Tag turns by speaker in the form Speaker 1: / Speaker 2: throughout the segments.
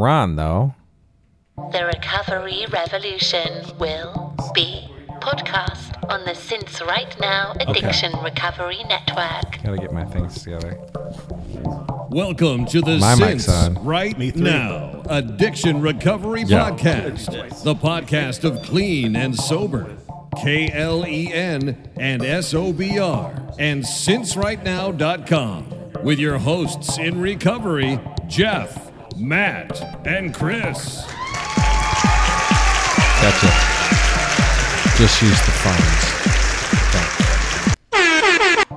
Speaker 1: Ron, though.
Speaker 2: The Recovery Revolution will be podcast on the Since Right Now Addiction Recovery Network.
Speaker 1: Gotta get my things together.
Speaker 3: Welcome to the
Speaker 1: Oh, My mic's
Speaker 3: Since
Speaker 1: on.
Speaker 3: Right Now Addiction Recovery
Speaker 1: Yeah.
Speaker 3: Podcast, the podcast of clean and sober, K L E N and S O B R, and sincerightnow.com with your hosts in recovery, Jeff, Matt, and Chris.
Speaker 1: Gotcha. Just use the phones.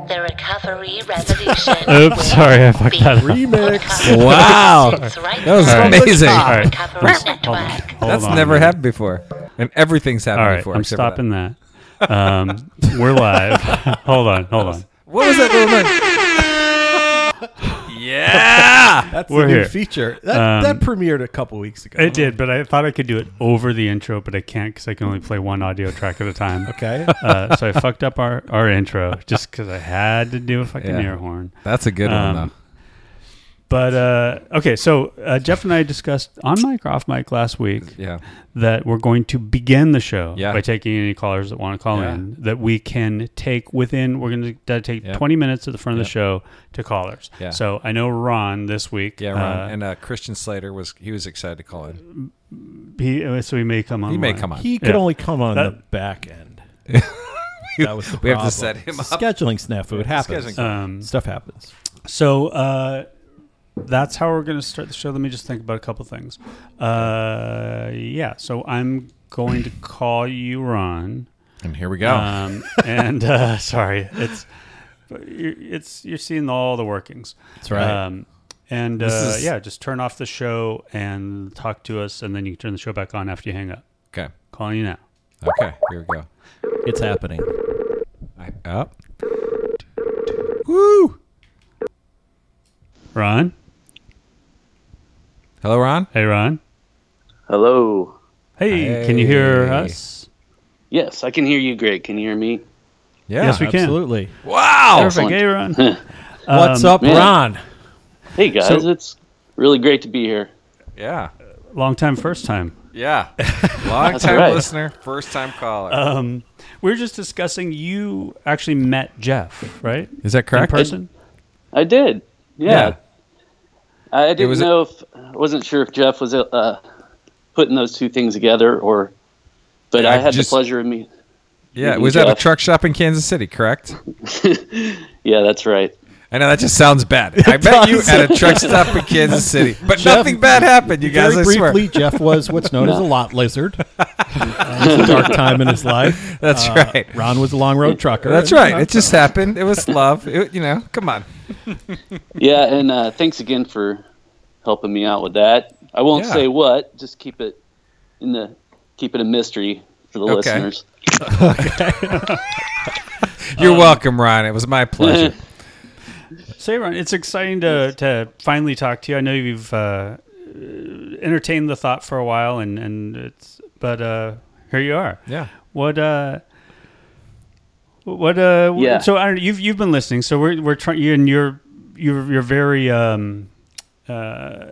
Speaker 2: The Recovery Revolution. will
Speaker 4: Oops, sorry, I fucked
Speaker 2: be
Speaker 4: that up.
Speaker 2: podcast on the
Speaker 1: Wow.
Speaker 2: Since Right
Speaker 1: That was
Speaker 2: Now
Speaker 1: amazing.
Speaker 4: All right.
Speaker 2: Recovery
Speaker 4: Hold on.
Speaker 2: Network.
Speaker 4: Hold
Speaker 1: That's
Speaker 4: on.
Speaker 1: never happened before. And everything's happened
Speaker 4: All right,
Speaker 1: before.
Speaker 4: I'm
Speaker 1: except for
Speaker 4: stopping that. Um, we're live. hold on, hold on.
Speaker 1: that. What was that little noise? yeah.
Speaker 5: That's
Speaker 4: We're
Speaker 5: the new
Speaker 4: here. Um,
Speaker 5: feature. That, that premiered a couple weeks ago.
Speaker 4: It did, but I thought I could do it over the intro, but I can't because I can only play one audio track at a time.
Speaker 5: Okay.
Speaker 4: Uh, so I fucked up our, our intro just because I had to do a fucking
Speaker 1: Yeah.
Speaker 4: air horn.
Speaker 1: That's a good one,
Speaker 4: Um,
Speaker 1: though.
Speaker 4: But uh, okay, so uh, Jeff and I discussed on mic or off mic last week
Speaker 1: Yeah.
Speaker 4: that we're going to begin the show
Speaker 1: Yeah.
Speaker 4: by taking any callers that want to call
Speaker 1: Yeah.
Speaker 4: in that we can take within we're going to dedicate
Speaker 1: Yep.
Speaker 4: 20 minutes at the front of
Speaker 1: Yep.
Speaker 4: the show to callers
Speaker 1: Yeah.
Speaker 4: so i know ron this week
Speaker 1: Yeah, Ron.
Speaker 4: uh,
Speaker 1: and uh, Christian Slater was he was excited to call in.
Speaker 4: he, uh, so he may come on
Speaker 1: He may come on.
Speaker 5: he could
Speaker 4: Yeah.
Speaker 5: only come on the
Speaker 4: That-
Speaker 5: back end.
Speaker 1: we
Speaker 5: That was the
Speaker 1: have to
Speaker 5: problem.
Speaker 1: set him
Speaker 5: It's a
Speaker 1: up.
Speaker 5: Scheduling snafu. It happens.
Speaker 1: Scheduling.
Speaker 4: um,
Speaker 5: Stuff happens.
Speaker 4: so uh, that's how we're going to start the show let me just think about a couple things uh, yeah so i'm going to call you ron
Speaker 1: And here we go.
Speaker 4: um, and uh, sorry it's you're, it's you're seeing all the workings
Speaker 5: That's right.
Speaker 4: Um, and uh,
Speaker 1: is-
Speaker 4: yeah, just turn off the show and talk to us, and then you can turn the show back on after you hang up.
Speaker 1: okay.
Speaker 4: Calling you now.
Speaker 1: Okay. Here we go.
Speaker 5: It's happening.
Speaker 1: I, up. Woo.
Speaker 4: Ron?
Speaker 1: Hello, Ron.
Speaker 4: Hey, Ron.
Speaker 6: Hello.
Speaker 4: Hey, can you hear
Speaker 1: Hey.
Speaker 4: us?
Speaker 6: Yes, I can hear you, Greg. Can you hear me?
Speaker 1: Yeah.
Speaker 4: Yes, we can.
Speaker 5: Absolutely.
Speaker 1: Wow.
Speaker 4: Perfect. Um, Hey, Ron.
Speaker 5: What's up,
Speaker 6: yeah.
Speaker 5: Ron?
Speaker 6: Hey guys, it's really great to be here.
Speaker 1: Yeah.
Speaker 4: Long time, first time.
Speaker 1: Yeah. Long time
Speaker 6: right.
Speaker 1: listener, first time caller.
Speaker 4: We were just discussing you actually met Jeff, right?
Speaker 1: Is that
Speaker 4: In
Speaker 1: correct?
Speaker 4: person?
Speaker 6: I did. Yeah. I I didn't
Speaker 1: was a-
Speaker 6: know if I wasn't sure if Jeff was uh, putting those two things together or but I
Speaker 1: I
Speaker 6: had
Speaker 1: just-
Speaker 6: the pleasure of me.
Speaker 1: Yeah.
Speaker 6: Mhm,
Speaker 1: Was that a
Speaker 6: Jeff.
Speaker 1: truck shop in Kansas City, correct?
Speaker 6: Yeah, that's right.
Speaker 1: I know that just sounds bad. I met you at a truck stop in Kansas City, but nothing bad happened, you guys. I
Speaker 5: Very
Speaker 1: swear.
Speaker 5: briefly, Jeff was what's known as a lot lizard. Uh, it was a dark time in his life.
Speaker 1: That's
Speaker 5: Uh,
Speaker 1: right.
Speaker 5: Ron was a long road trucker.
Speaker 1: That's right. It just happened. It was love. It, you know, come on.
Speaker 6: Yeah, and uh, thanks again for helping me out with that. I won't
Speaker 1: Yeah.
Speaker 6: say what, just keep it in the keep it a mystery for the
Speaker 1: Okay.
Speaker 6: listeners.
Speaker 1: You're welcome, Ron. It was my pleasure.
Speaker 4: Say, Ron, it's exciting to, to finally talk to you. I know you've uh, entertained the thought for a while, and, and it's but uh, here you are.
Speaker 1: yeah.
Speaker 4: What uh what uh
Speaker 6: Yeah.
Speaker 4: so I don't you've you've been listening so we're we're trying you and you're you're you're very um uh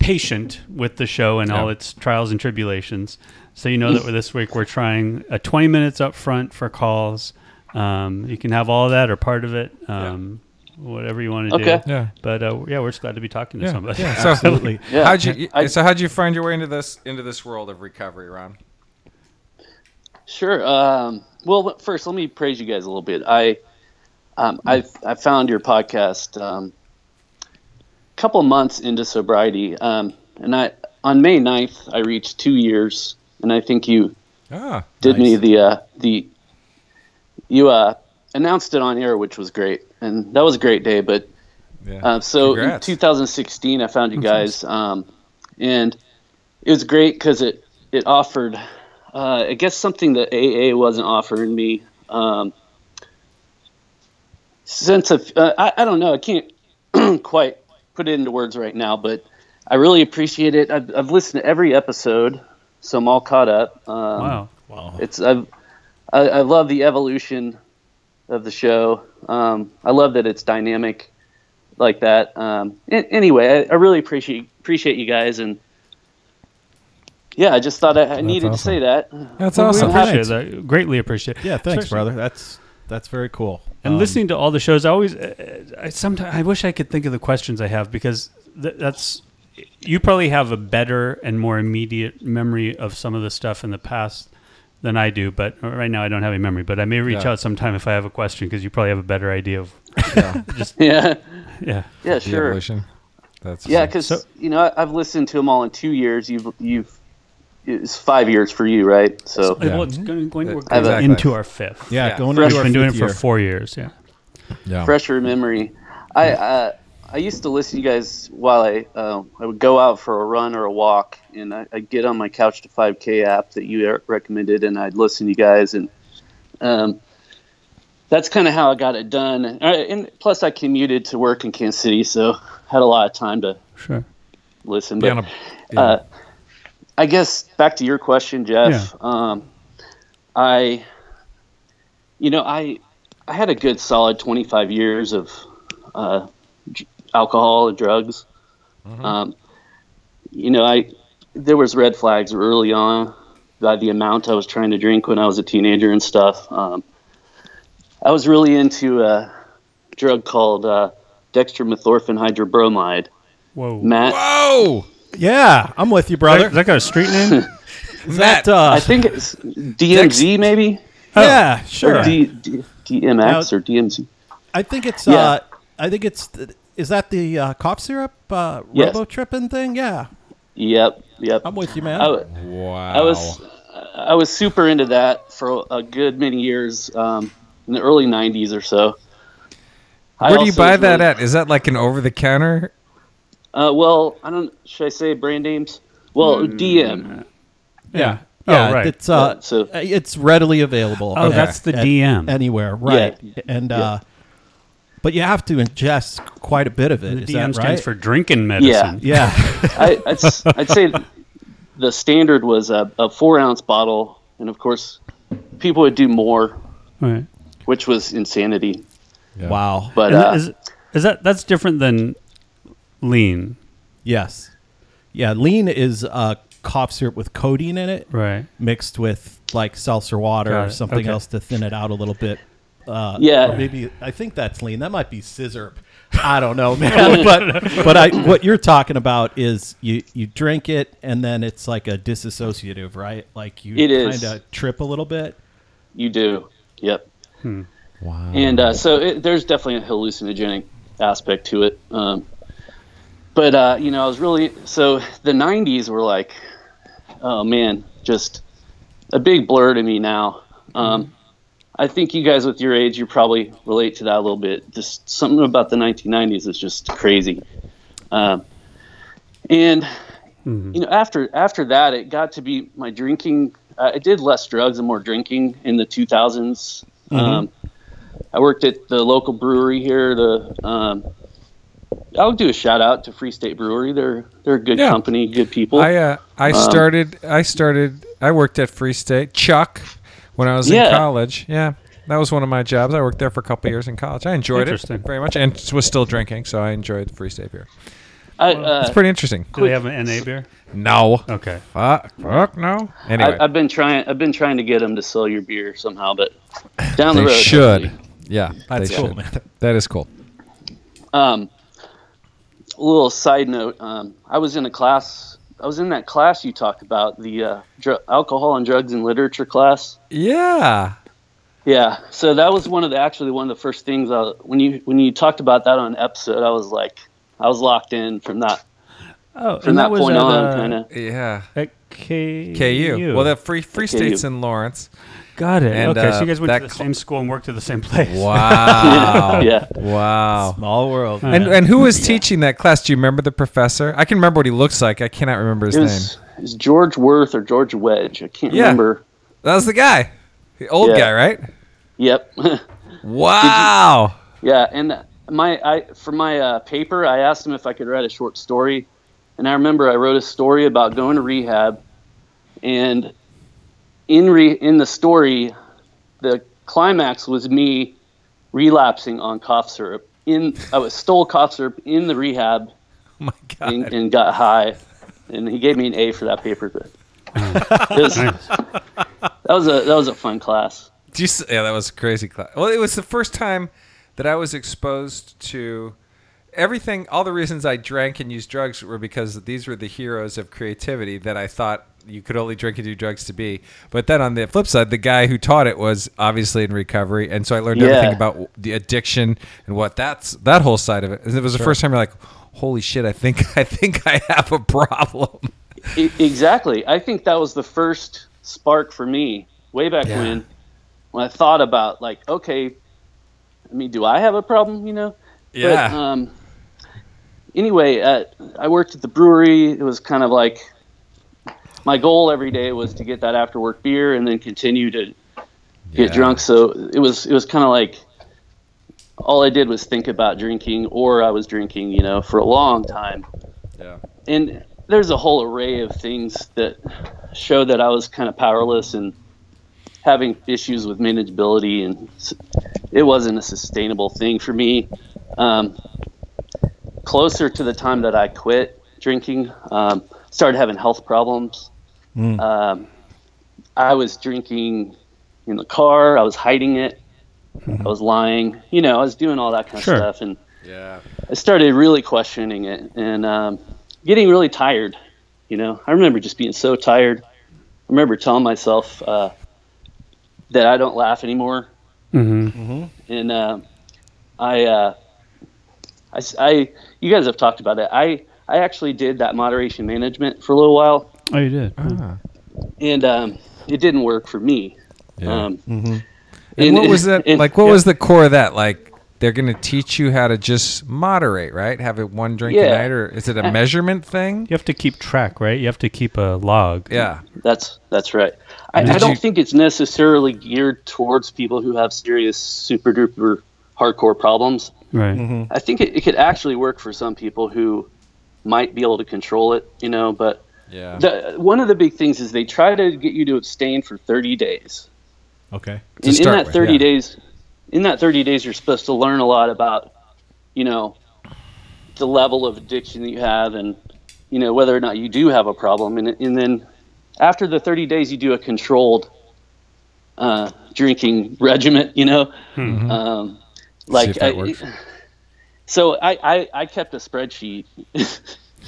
Speaker 4: patient with the show and all
Speaker 1: Yeah.
Speaker 4: its trials and tribulations. So you know that we're- this week we're trying uh, 20 minutes up front for calls. Um you can have all of that or part of it. Um whatever you want to
Speaker 6: Okay.
Speaker 4: do.
Speaker 1: Yeah.
Speaker 4: But uh yeah, we're just glad to be talking to somebody.
Speaker 1: Yeah. So,
Speaker 5: Absolutely.
Speaker 6: Yeah.
Speaker 1: how'd you?
Speaker 6: I-
Speaker 1: so how'd you find your way into this into this world of recovery, Ron?
Speaker 6: Sure. Um, well, but first, let me praise you guys a little bit. I um, I I found your podcast a um, couple months into sobriety, um, and I on May 9th I reached two years, and I think you
Speaker 1: Ah,
Speaker 6: did me the uh, the you uh, announced it on air, which was great, and that was a great day. But
Speaker 1: yeah.
Speaker 6: uh, so in
Speaker 1: Congrats.
Speaker 6: 2016, I found you guys, um, and it was great because it it offered, uh, I guess, something that AA wasn't offering me. Um, sense of uh, I, I don't know, I can't quite put it into words right now, but I really appreciate it. I've, I've listened to every episode, so I'm all caught up. Um,
Speaker 4: Wow.
Speaker 6: it's I've, I I love the evolution of the show. Um, I love that it's dynamic like that. Um, a- anyway, I, I really appreciate appreciate you guys and yeah, I just thought I, I needed to
Speaker 5: awesome.
Speaker 6: say that.
Speaker 1: That's
Speaker 4: Well,
Speaker 1: awesome.
Speaker 4: We appreciate that. Greatly appreciate.
Speaker 5: Yeah, thanks,
Speaker 4: Especially-
Speaker 5: brother. That's that's very cool.
Speaker 4: And
Speaker 5: Um,
Speaker 4: listening to all the shows, I always, uh, I sometimes, I wish I could think of the questions I have because th- that's, you probably have a better and more immediate memory of some of the stuff in the past than I do. But right now, I don't have a memory. But I may reach
Speaker 5: Yeah.
Speaker 4: out sometime if I have a question because you probably have a better idea of,
Speaker 6: Yeah,
Speaker 4: yeah.
Speaker 6: yeah,
Speaker 1: The
Speaker 6: sure.
Speaker 1: evolution. That's
Speaker 6: Yeah,
Speaker 1: sick.
Speaker 6: because you know I- I've listened to them all in two years. You've you've it's five years for you, right? So
Speaker 1: Yeah.
Speaker 4: Well, it's going, going we're
Speaker 1: I have
Speaker 6: a-
Speaker 4: going into our fifth.
Speaker 5: Yeah,
Speaker 1: Yeah.
Speaker 5: going
Speaker 6: Fresh-
Speaker 5: into
Speaker 4: We've
Speaker 5: our
Speaker 4: been doing it
Speaker 5: fifth
Speaker 4: for
Speaker 5: year.
Speaker 4: four years. Yeah.
Speaker 5: Yeah.
Speaker 6: fresher memory. I uh, I used to listen to you guys while I uh, I would go out for a run or a walk, and I, I'd get on my Couch to 5K app that you er- recommended, and I'd listen to you guys, and um, that's kind of how I got it done. And, I- and plus, I commuted to work in Kansas City, so had a lot of time to
Speaker 4: Sure.
Speaker 6: listen.
Speaker 1: Be
Speaker 6: But
Speaker 1: on a- yeah.
Speaker 6: uh, I guess back to your question, Jeff. Um, I, you know, I, I had a good solid 25 years of uh, j- alcohol and drugs. Um, you know, I there was red flags early on by the amount I was trying to drink when I was a teenager and stuff. Um, I was really into a drug called uh, dextromethorphan hydrobromide.
Speaker 4: Whoa.
Speaker 6: Matt,
Speaker 1: Whoa,
Speaker 5: Yeah, I'm with you,
Speaker 4: Is that-
Speaker 5: brother.
Speaker 4: is that got a street name?
Speaker 5: Is that,
Speaker 1: Matt,
Speaker 5: uh,
Speaker 6: I think it's DMZ maybe.
Speaker 5: yeah, sure.
Speaker 6: Or D, D, DMX
Speaker 5: Now-
Speaker 6: or DMZ.
Speaker 5: I think it's.
Speaker 6: Yeah.
Speaker 5: Uh, I think it's. th- Is that the uh, cough syrup uh,
Speaker 6: Yes.
Speaker 5: robo-tripping thing? Yeah,
Speaker 6: Yep, yep.
Speaker 5: I'm with you, man.
Speaker 6: I, w-
Speaker 1: wow.
Speaker 6: I was I was super into that for a good many years um, in the early '90s or so. I
Speaker 1: Where do you
Speaker 6: also
Speaker 1: buy
Speaker 6: was
Speaker 1: that
Speaker 6: really-
Speaker 1: at? Is that like an over-the-counter?
Speaker 6: Uh, well, I don't. Should I say brand names? Well,
Speaker 5: Hmm.
Speaker 6: DM.
Speaker 5: yeah,
Speaker 4: Oh,
Speaker 5: yeah.
Speaker 4: right.
Speaker 5: It's uh,
Speaker 6: Yeah, so-
Speaker 5: it's readily available.
Speaker 4: Oh,
Speaker 5: at-
Speaker 4: that's the
Speaker 5: at
Speaker 4: DM.
Speaker 5: anywhere, right? And uh, but you have to ingest quite a bit of it.
Speaker 4: The
Speaker 5: is
Speaker 4: DM
Speaker 5: that right?
Speaker 4: stands for drinking medicine.
Speaker 5: yeah,
Speaker 6: I, I'd, s- I'd say the standard was a, a four-ounce bottle, and of course, people would do more,
Speaker 4: Right.
Speaker 6: which was insanity.
Speaker 5: wow.
Speaker 6: But
Speaker 4: And
Speaker 6: uh,
Speaker 4: is, is that that's different than lean,
Speaker 5: Yes, yeah. Lean is uh, cough syrup with codeine in it,
Speaker 4: right?
Speaker 5: mixed with like seltzer water
Speaker 4: Got
Speaker 5: or
Speaker 4: it.
Speaker 5: something
Speaker 4: Okay.
Speaker 5: else to thin it out a little bit. Uh,
Speaker 6: Yeah.
Speaker 5: or maybe I think that's lean. That might be scissor. I don't know, man. but but I what you're talking about is you you drink it and then it's like a disassociative, right? Like you
Speaker 6: It
Speaker 5: kind
Speaker 6: is.
Speaker 5: of trip a little bit.
Speaker 6: You do. Yep. Wow. And uh, so it, there's definitely a hallucinogenic aspect to it. Um, but uh, you know, I was really so the '90s were like, oh man, just a big blur to me now.
Speaker 1: Mm-hmm.
Speaker 6: Um, I think you guys with your age, you probably relate to that a little bit. Just something about the 1990s is just crazy. Um, and
Speaker 1: Mm-hmm.
Speaker 6: you know, after after that, it got to be my drinking. Uh, I did less drugs and more drinking in the 2000s.
Speaker 1: Mm-hmm.
Speaker 6: Um, I worked at the local brewery here. The um, I'll do a shout out to Free State Brewery. They're they're a good
Speaker 1: Yeah.
Speaker 6: company, good people.
Speaker 1: I uh, I started. I started. I worked at Free State Chuck when I was in
Speaker 6: Yeah.
Speaker 1: college. Yeah, that was one of my jobs. I worked there for a couple years in college. I enjoyed it
Speaker 4: Interesting.
Speaker 1: very much, and was still drinking, so I enjoyed the Free State beer.
Speaker 6: I,
Speaker 1: It's
Speaker 6: uh,
Speaker 1: pretty interesting.
Speaker 4: Do they have an NA beer?
Speaker 1: No,
Speaker 4: Okay.
Speaker 1: fuck, fuck no. Anyway,
Speaker 6: I, I've been trying. I've been trying to get them to sell your beer somehow, but down the
Speaker 1: they
Speaker 6: road
Speaker 1: should.
Speaker 6: hopefully.
Speaker 1: Yeah,
Speaker 5: That's
Speaker 1: they
Speaker 5: cool,
Speaker 1: should.
Speaker 5: man.
Speaker 1: That is cool.
Speaker 6: Um, a little side note. Um, I was in a class. I was in that class you talked about the uh, dr- alcohol and drugs and literature class.
Speaker 1: Yeah.
Speaker 6: Yeah. So that was one of the actually one of the first things I, when you when you talked about that on an episode, I was like, I was locked in from that
Speaker 4: Oh,
Speaker 6: from that, uh, point on,
Speaker 5: uh,
Speaker 6: kind of.
Speaker 1: Yeah.
Speaker 4: At KU.
Speaker 1: KU. Well, that free Free
Speaker 6: KU.
Speaker 1: State's in Lawrence.
Speaker 4: got it.
Speaker 1: and,
Speaker 4: okay,
Speaker 1: uh,
Speaker 4: so you guys went
Speaker 1: that
Speaker 4: to the
Speaker 1: cl-
Speaker 4: same school and worked at the same place.
Speaker 1: Wow.
Speaker 6: Yeah.
Speaker 1: Wow.
Speaker 5: Small world.
Speaker 1: And
Speaker 5: man.
Speaker 1: and who was teaching that class? Do you remember the professor? I can remember what he looks like. I cannot remember his
Speaker 6: It
Speaker 1: name.
Speaker 6: was, it was George Worth or George Wedge. I can't
Speaker 1: Yeah.
Speaker 6: remember.
Speaker 1: That was the guy, the old
Speaker 6: Yeah.
Speaker 1: guy, right?
Speaker 6: Yep.
Speaker 1: Wow.
Speaker 6: Yeah, and my I for my uh, paper, I asked him if I could write a short story, and I remember I wrote a story about going to rehab, and in re, in the story, the climax was me relapsing on cough syrup. In I was stole cough syrup in the rehab
Speaker 1: Oh my god.
Speaker 6: and, and got high, and he gave me an A for that paper. But It was- that was a that was a fun class.
Speaker 1: Do you s- yeah, that was a crazy class. Well, it was the first time that I was exposed to everything. All the reasons I drank and used drugs were because these were the heroes of creativity that I thought you could only drink and do drugs to be. But then on the flip side, the guy who taught it was obviously in recovery, and so I learned everything
Speaker 6: Yeah.
Speaker 1: about w- the addiction and what that's that whole side of it. And it was the first time you're like, "Holy shit! I think I think I have a problem."
Speaker 6: E- exactly. I think that was the first spark for me way back
Speaker 1: Yeah.
Speaker 6: when when I thought about like, okay, I mean, do I have a problem? You know? But,
Speaker 1: Yeah,
Speaker 6: um, anyway, uh, I worked at the brewery. It was kind of like my goal every day was to get that after work beer and then continue to
Speaker 1: Yeah.
Speaker 6: get drunk. So it was it was kind of like all I did was think about drinking, or I was drinking, you know, for a long time.
Speaker 1: yeah,
Speaker 6: And there's a whole array of things that show that I was kind of powerless and having issues with manageability, and s- it wasn't a sustainable thing for me. Um, closer to the time that I quit drinking, um, started having health problems.
Speaker 4: Mm.
Speaker 6: Um, I was drinking in the car. I was hiding it. I was lying. You know, I was doing all that kind
Speaker 4: Mm-hmm. Sure.
Speaker 6: of stuff, and
Speaker 1: yeah.
Speaker 6: I started really questioning it and um, getting really tired. You know, I remember just being so tired. I remember telling myself uh, that I don't laugh anymore,
Speaker 4: Mm-hmm.
Speaker 6: and um I, uh, I s- I- you guys have talked about it. I, I actually did that moderation management for a little while,
Speaker 4: Oh, you did.
Speaker 1: Ah.
Speaker 6: and um, it didn't work for me. Um,
Speaker 1: Mm-hmm. And, what was that
Speaker 6: and-
Speaker 1: like? What
Speaker 6: yeah.
Speaker 1: was the core of that? Like they're going to teach you how to just moderate, right? Have it one drink a
Speaker 6: Yeah.
Speaker 1: night, or is it a measurement thing?
Speaker 4: You have to keep track, right? You have to keep a log.
Speaker 1: Yeah,
Speaker 6: That's that's right. I,
Speaker 1: Did
Speaker 6: I don't
Speaker 1: you-
Speaker 6: think it's necessarily geared towards people who have serious super duper hardcore problems.
Speaker 4: Right.
Speaker 1: Mm-hmm.
Speaker 6: I think it, it could actually work for some people who might be able to control it, you know. But
Speaker 1: yeah.
Speaker 6: the, one of the big things is they try to get you to abstain for 30 days.
Speaker 5: Okay.
Speaker 1: To
Speaker 6: And in
Speaker 1: start
Speaker 6: that
Speaker 1: with,
Speaker 6: 30
Speaker 1: yeah.
Speaker 6: days, in that 30 days, you're supposed to learn a lot about, you know, the level of addiction that you have, and you know whether or not you do have a problem. And and then after the 30 days, you do a controlled uh, drinking regimen. You know, um,
Speaker 1: Mm-hmm.
Speaker 6: like
Speaker 1: if that
Speaker 6: I-
Speaker 1: works.
Speaker 6: so I, I I kept a spreadsheet.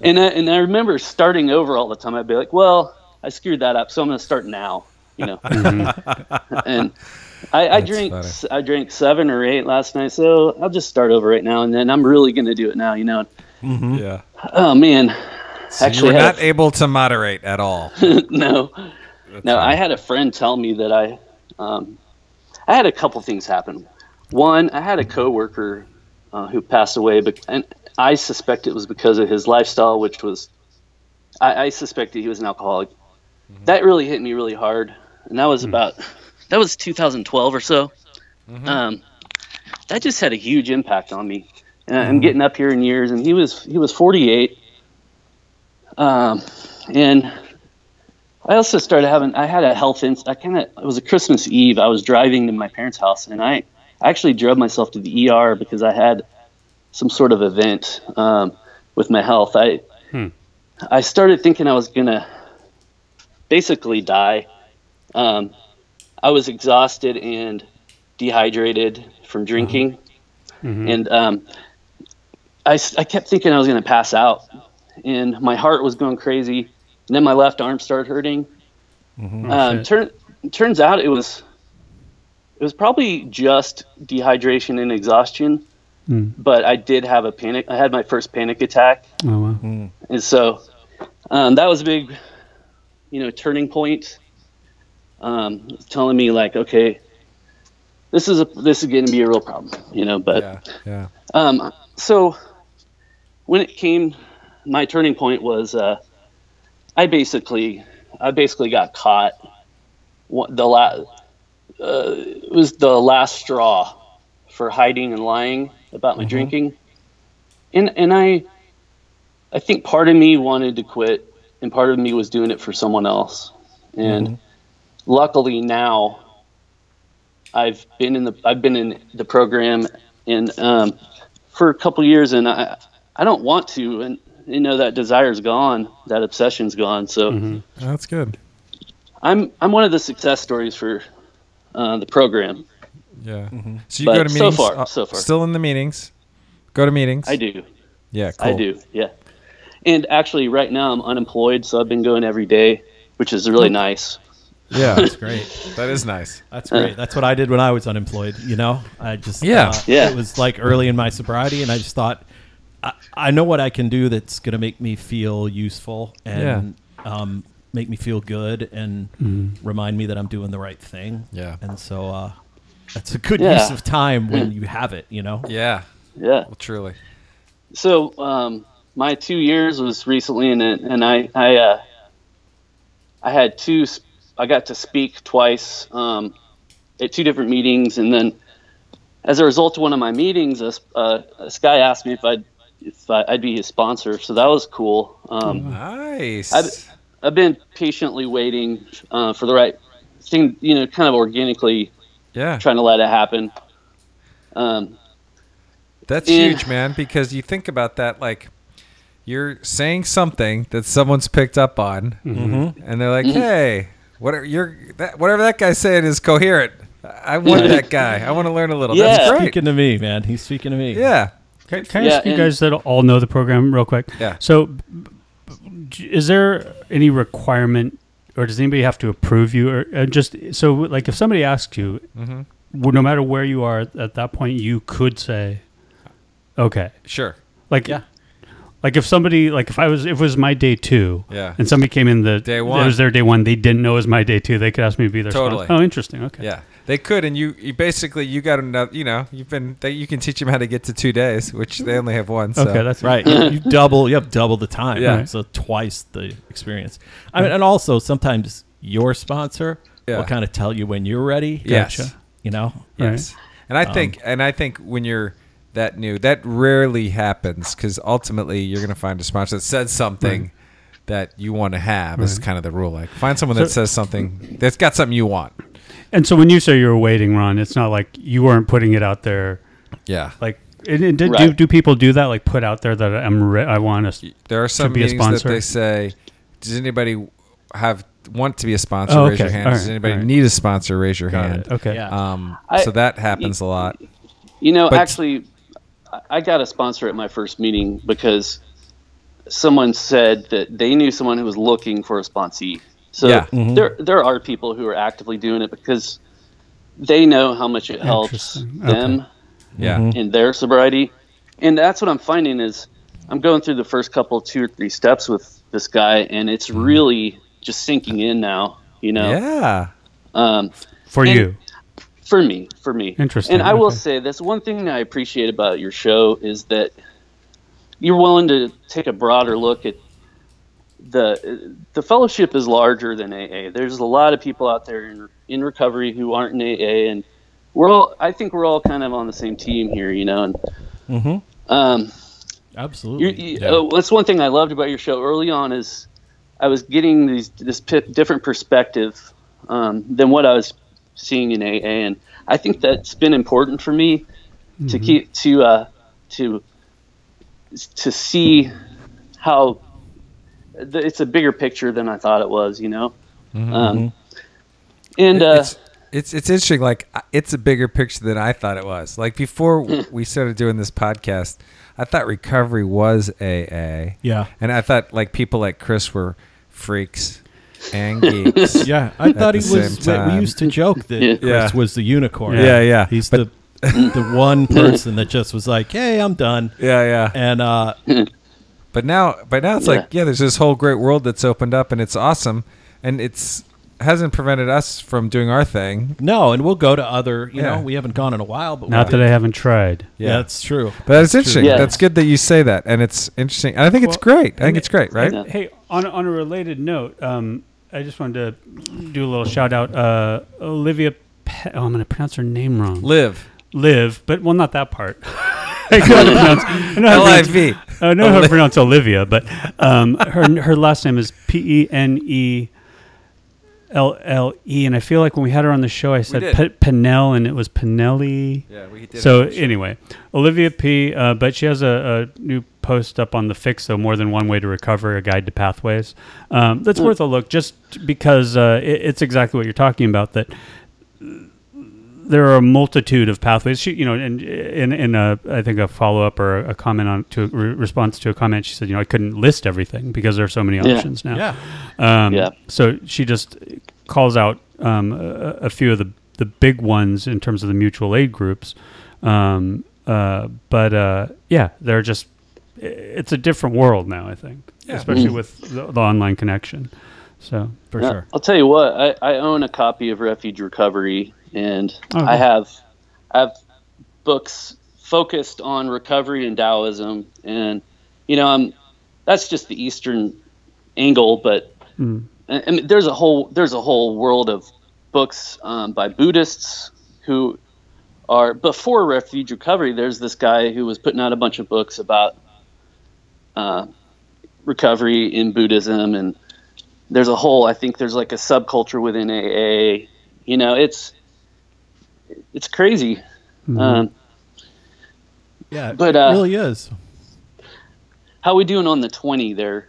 Speaker 6: And I, and I remember starting over all the time. I'd be like, "Well, I screwed that up, so I'm going to start now." You know, and I, I drank
Speaker 1: funny.
Speaker 6: s- I drank seven or eight last night, so I'll just start over right now, and then I'm really going to do it now. You know,
Speaker 1: yeah.
Speaker 6: oh man,
Speaker 1: So
Speaker 6: actually,
Speaker 1: you were
Speaker 6: I had
Speaker 1: not
Speaker 6: a-
Speaker 1: able to moderate at all.
Speaker 6: no, no. I had a friend tell me that I, um, I had a couple things happen. One, I had a coworker uh, who passed away, but and I suspect it was because of his lifestyle, which was, I, I suspect that he was an alcoholic. That really hit me really hard, and that was about, that was 2012 or so. Um, that just had a huge impact on me. And I'm getting up here in years, and he was he was 48. Um, and I also started having. I had a health. Ins- I kind of. It was a Christmas Eve. I was driving to my parents' house, and I I actually drove myself to the ER because I had some sort of event um, with my health. I I started thinking I was gonna basically die. Um, I was exhausted and dehydrated from drinking, and um, I s- I kept thinking I was gonna pass out, and my heart was going crazy. And then my left arm started hurting. Um, turn, turns out it was it was probably just dehydration and exhaustion, but I did have a panic. I had my first panic attack,
Speaker 4: Oh, wow.
Speaker 1: Mm-hmm.
Speaker 6: and so um, that was a big, you know, turning point. Um, telling me like, okay, this is a this is going to be a real problem, you know. But
Speaker 1: yeah, yeah.
Speaker 6: um, so when it came, my turning point was uh, I basically I basically got caught. Wha- The la- uh, it was the last straw for hiding and lying about my drinking, and and I I think part of me wanted to quit, and part of me was doing it for someone else, and luckily now. I've been in the I've been in the program and um, for a couple years, and I I don't want to, and you know that desire's gone, that obsession's gone. So
Speaker 1: Oh, That's good.
Speaker 6: I'm I'm one of the success stories for uh, the program.
Speaker 1: Yeah. So you
Speaker 6: But
Speaker 1: go to
Speaker 6: so
Speaker 1: meetings.
Speaker 6: far,
Speaker 1: uh,
Speaker 6: so far.
Speaker 1: Still in the meetings. Go to meetings.
Speaker 6: I do.
Speaker 1: Yeah, cool.
Speaker 6: I do. Yeah. And actually, right now I'm unemployed, so I've been going every day, which is really nice.
Speaker 1: Yeah, that's great.
Speaker 5: Great.
Speaker 1: that is nice.
Speaker 5: That's great. That's what I did when I was unemployed. You know, I just
Speaker 1: Yeah.
Speaker 5: uh,
Speaker 6: Yeah.
Speaker 5: It was like early in my sobriety, and I just thought, I, I know what I can do that's going to make me feel useful and um, make me feel good and
Speaker 6: Mm-hmm.
Speaker 5: remind me that I'm doing the right thing.
Speaker 1: Yeah.
Speaker 5: And so uh, that's a good
Speaker 6: Yeah. Mm.
Speaker 5: use of time when you have it. You know.
Speaker 1: Yeah,
Speaker 6: Yeah.
Speaker 1: well, truly.
Speaker 6: So um, my two years was recently, and and I I uh, I had two. sp- I got to speak twice um, at two different meetings, and then as a result of one of my meetings, this, uh, this guy asked me if I'd if I- I'd be his sponsor. So that was cool. Um,
Speaker 1: Mm-hmm. Nice.
Speaker 6: I- I've been patiently waiting uh, for the right thing, you know, kind of organically
Speaker 1: yeah,
Speaker 6: trying to let it happen. Um,
Speaker 1: that's
Speaker 6: Yeah.
Speaker 1: huge, man. Because you think about that, like you're saying something that someone's picked up on, and they're like, "Hey, whatever you're, that, whatever that guy's saying is coherent. I want that guy. I want to learn a little.
Speaker 6: Yeah.
Speaker 1: That's great.
Speaker 5: Speaking to me, man. He's speaking to me.
Speaker 1: yeah,
Speaker 4: Can, can I
Speaker 6: Yeah,
Speaker 4: ask you
Speaker 6: and-
Speaker 4: guys that all know the program real quick?
Speaker 1: Yeah.
Speaker 4: So, b- b- is there any requirement, or does anybody have to approve you, or uh, just so like if somebody asks you,
Speaker 1: Mm-hmm.
Speaker 4: w- no matter where you are at that point, you could say, "Okay."
Speaker 1: sure.
Speaker 4: Like, Like if somebody, like if I was, if it was my day two,
Speaker 1: Yeah.
Speaker 4: and somebody came in the
Speaker 1: Day
Speaker 4: it
Speaker 1: one.
Speaker 4: was their day one, they didn't know it was my day two, they could ask me to be their
Speaker 1: Totally.
Speaker 4: sponsor. Oh, interesting. Okay.
Speaker 1: Yeah, they could, and you, you basically you got enough. You know, you've been they, you can teach them how to get to two days, which they only have one. So.
Speaker 4: Okay, that's
Speaker 5: Right. you, you double, you have double the time.
Speaker 1: Yeah.
Speaker 5: So twice the experience. I mean, and also sometimes your sponsor
Speaker 1: Yeah.
Speaker 5: will kind of tell you when you're ready.
Speaker 1: Yes. Gotcha.
Speaker 5: You know?
Speaker 1: Yes, and
Speaker 4: Um,
Speaker 1: I think and I think when you're that new, that rarely happens because ultimately you're going to find a sponsor that says something that you want to have. Is kind of the rule. Like find someone that says something that's got something you want.
Speaker 4: And so when you say you're waiting, Ron, it's not like you weren't putting it out there.
Speaker 1: Yeah,
Speaker 4: Like, and, and do, do
Speaker 6: Right.
Speaker 4: do people do that? Like, put out there that I'm re- I want to.
Speaker 1: there are some
Speaker 4: be a
Speaker 1: meetings that
Speaker 4: sponsor.
Speaker 1: they say, "Does anybody have want to be a sponsor?
Speaker 4: Oh,
Speaker 1: raise your
Speaker 4: okay.
Speaker 1: hand.
Speaker 4: All
Speaker 1: Does
Speaker 4: right.
Speaker 1: anybody
Speaker 4: All right.
Speaker 1: need a sponsor? Raise your
Speaker 4: Got
Speaker 1: hand."
Speaker 4: it. Okay.
Speaker 5: Yeah.
Speaker 1: Um,
Speaker 6: I-
Speaker 1: so that happens a lot.
Speaker 6: You know,
Speaker 1: But-
Speaker 6: actually, I- I got a sponsor at my first meeting because someone said that they knew someone who was looking for a sponsee. So
Speaker 1: Yeah.
Speaker 6: there, there are people who are actively doing it because they know how much it helps
Speaker 4: Interesting. Okay.
Speaker 6: them
Speaker 1: Yeah.
Speaker 4: Mm-hmm.
Speaker 6: in their sobriety. And that's what I'm finding is I'm going through the first couple, two or three steps with this guy, and it's really just sinking in now. You know,
Speaker 1: Mm-hmm. Yeah.
Speaker 6: um,
Speaker 4: For
Speaker 6: And-
Speaker 4: you.
Speaker 6: for me, for me.
Speaker 4: Interesting,
Speaker 6: And I will
Speaker 4: okay.
Speaker 6: say this one thing I appreciate about your show is that you're willing to take a broader look at the the fellowship is larger than AA. There's a lot of people out there in, in recovery who aren't in AA, and we're all I think we're all kind of on the same team here, you know. And um, you,
Speaker 5: Absolutely.
Speaker 6: you,
Speaker 1: oh.
Speaker 6: uh, that's one thing I loved about your show early on is I was getting these this p- different perspective um, than what I was seeing in AA, and I think that's been important for me to keep to uh, to to see how the, it's a bigger picture than I thought it was, you know. Um, and uh,
Speaker 1: it's, it's it's interesting. Like I- it's a bigger picture than I thought it was. Like before
Speaker 6: Hmm.
Speaker 1: w- we started doing this podcast, I thought recovery was AA.
Speaker 5: Yeah.
Speaker 1: and I thought like people like Chris were freaks and geeks.
Speaker 5: Yeah. I thought he
Speaker 1: the
Speaker 5: was, we,
Speaker 1: same
Speaker 5: we
Speaker 1: time.
Speaker 5: used to joke that Chris
Speaker 1: Yeah.
Speaker 5: was the unicorn.
Speaker 1: Yeah, yeah.
Speaker 5: He's the, the one person that just was like, hey, I'm done.
Speaker 1: yeah, yeah.
Speaker 5: And uh,
Speaker 1: But now, but now it's like, yeah, there's this whole great world that's opened up, and it's awesome, and it's hasn't prevented us from doing our thing.
Speaker 5: no, and we'll go to other, you
Speaker 1: Yeah.
Speaker 5: know, we haven't gone in a while, but
Speaker 4: Not
Speaker 5: we'll,
Speaker 4: that I haven't tried.
Speaker 5: yeah. that's true.
Speaker 1: But that's interesting.
Speaker 6: Yeah.
Speaker 1: That's good that you say that, and it's interesting. And I think it's great. I think it's great, right?
Speaker 6: Yeah.
Speaker 4: Hey, on, on a related note, um, I just wanted to do a little shout out. Uh, Olivia, Pe- oh, I'm going to pronounce her name wrong.
Speaker 1: Live
Speaker 4: Live, but well, not that part. I know how to pronounce- I know how to
Speaker 1: L I
Speaker 4: pronounce-
Speaker 1: V.
Speaker 4: I know how to pronounce Olivia, but um, her her last name is P E N E L L E, and I feel like when we had her on the show, I said
Speaker 1: did.
Speaker 4: Pe- Pennell, and it was Pennelli.
Speaker 1: Yeah, we did it
Speaker 4: So
Speaker 1: on the show.
Speaker 4: anyway, Olivia P. Uh, but she has a, a new post up on the fix, so more than one way to recover, a guide to pathways. Um, that's
Speaker 1: Mm.
Speaker 4: worth a look, just because uh, it, it's exactly what you're talking about. That there are a multitude of pathways. She, you know, and in in a I think a follow up or a comment on to a re- response to a comment, she said, you know, I couldn't list everything because there are so many
Speaker 6: Yeah.
Speaker 4: options now.
Speaker 5: Yeah.
Speaker 4: Um,
Speaker 6: Yeah.
Speaker 4: So she just calls out um, a, a few of the, the big ones in terms of the mutual aid groups. Um, uh, but uh, yeah, they're just, it's a different world now, I think,
Speaker 1: Yeah.
Speaker 4: especially with the, the online connection. So,
Speaker 5: for
Speaker 6: Mm-hmm. Yeah,
Speaker 5: sure.
Speaker 6: I'll tell you what, I, I own a copy of Refuge Recovery, and
Speaker 4: Oh, cool.
Speaker 6: I have I have books focused on recovery and Taoism, and you know, I'm that's just the Eastern angle, but I, I mean, there's a whole there's a whole world of books um, by Buddhists who are before Refuge Recovery. There's this guy who was putting out a bunch of books about uh, recovery in Buddhism and there's a whole i think there's like a subculture within aa you know it's it's crazy
Speaker 1: Mm-hmm.
Speaker 6: um,
Speaker 5: Yeah,
Speaker 6: But,
Speaker 5: it
Speaker 6: uh,
Speaker 5: really is.
Speaker 6: how we doing on the 20 there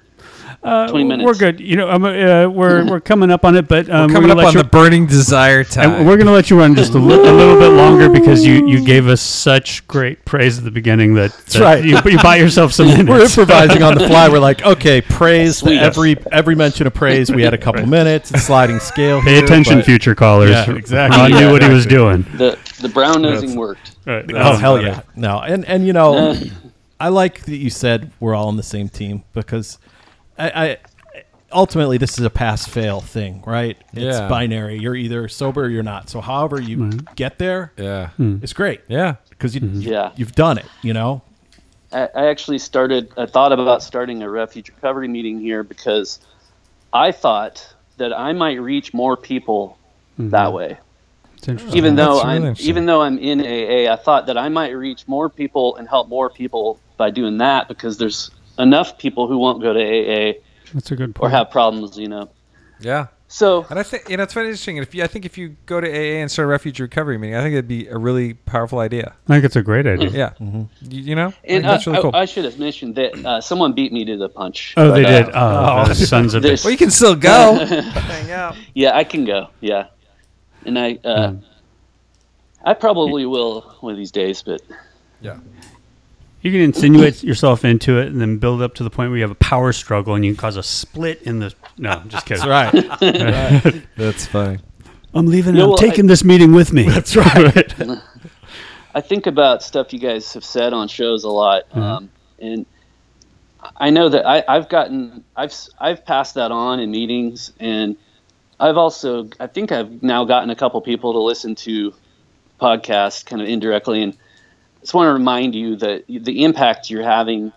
Speaker 4: uh,
Speaker 6: 20 minutes.
Speaker 4: we're good. You know, I'm, uh, we're, we're coming up on it, but um,
Speaker 1: We're coming
Speaker 4: gonna
Speaker 1: up
Speaker 4: let
Speaker 1: on
Speaker 4: you-
Speaker 1: the burning desire time.
Speaker 4: And we're going to let you run just a, li- a little bit longer because you, you gave us such great praise at the beginning that, that
Speaker 5: right.
Speaker 4: you, you buy yourself some minutes.
Speaker 5: We're improvising on the fly. We're like, okay, praise
Speaker 6: Sweet.
Speaker 5: every every mention of praise. We had a couple minutes. It's sliding scale.
Speaker 4: Pay
Speaker 5: here,
Speaker 4: attention,
Speaker 5: but-
Speaker 4: future callers.
Speaker 5: Yeah, exactly.
Speaker 4: Ron knew what he was
Speaker 5: Exactly.
Speaker 4: doing.
Speaker 6: the the brown nosing worked
Speaker 4: Right.
Speaker 5: Oh hell yeah! No, and and you know, I like that you said we're all on the same team because I, I ultimately this is a pass fail thing, right? It's
Speaker 1: Yeah.
Speaker 5: binary. You're either sober or you're not. So however you get there,
Speaker 1: yeah.
Speaker 4: Hmm.
Speaker 5: it's great.
Speaker 1: Yeah.
Speaker 5: because you
Speaker 6: Yeah.
Speaker 5: you've done it. You know,
Speaker 6: I, I actually started i thought about starting a refuge recovery meeting here because i thought that i might reach more people that way
Speaker 4: It's interesting.
Speaker 6: even though
Speaker 1: Mm-hmm. Oh, that's really
Speaker 6: i'm
Speaker 1: interesting.
Speaker 6: even though i'm in aa i thought that i might reach more people and help more people by doing that because there's enough people who won't go to aa
Speaker 4: That's a good
Speaker 6: or
Speaker 4: point.
Speaker 6: have problems you know
Speaker 1: Yeah.
Speaker 6: so
Speaker 1: And I think you know it's very interesting. If you, I think if you go to AA and start a refuge recovery meeting, I think it'd be a really powerful idea.
Speaker 4: I think it's a great idea.
Speaker 1: Yeah. You, you know, I think
Speaker 6: And uh,
Speaker 1: that's really cool.
Speaker 6: I, I should have mentioned that uh, someone beat me to the punch.
Speaker 4: Oh,
Speaker 6: But,
Speaker 4: they
Speaker 6: uh,
Speaker 4: did. Oh, those sons of
Speaker 6: There's-
Speaker 1: well, you can still go. Hang out.
Speaker 6: Yeah, I can go. Yeah, and I, uh, I probably will one of these days. But
Speaker 1: Yeah.
Speaker 4: You can insinuate yourself into it and then build up to the point where you have a power struggle and you can cause a split in the. No, I'm just kidding.
Speaker 5: right?
Speaker 1: That's funny.
Speaker 4: I'm leaving.
Speaker 6: No,
Speaker 4: I'm
Speaker 6: well,
Speaker 4: taking this meeting with me. That's right.
Speaker 6: I think about stuff you guys have said on shows a lot, um, and I know that I, I've gotten, I've, s- I've passed that on in meetings, and I've also, I think I've now gotten a couple people to listen to podcasts kind of indirectly, and just want to remind you that the impact you're having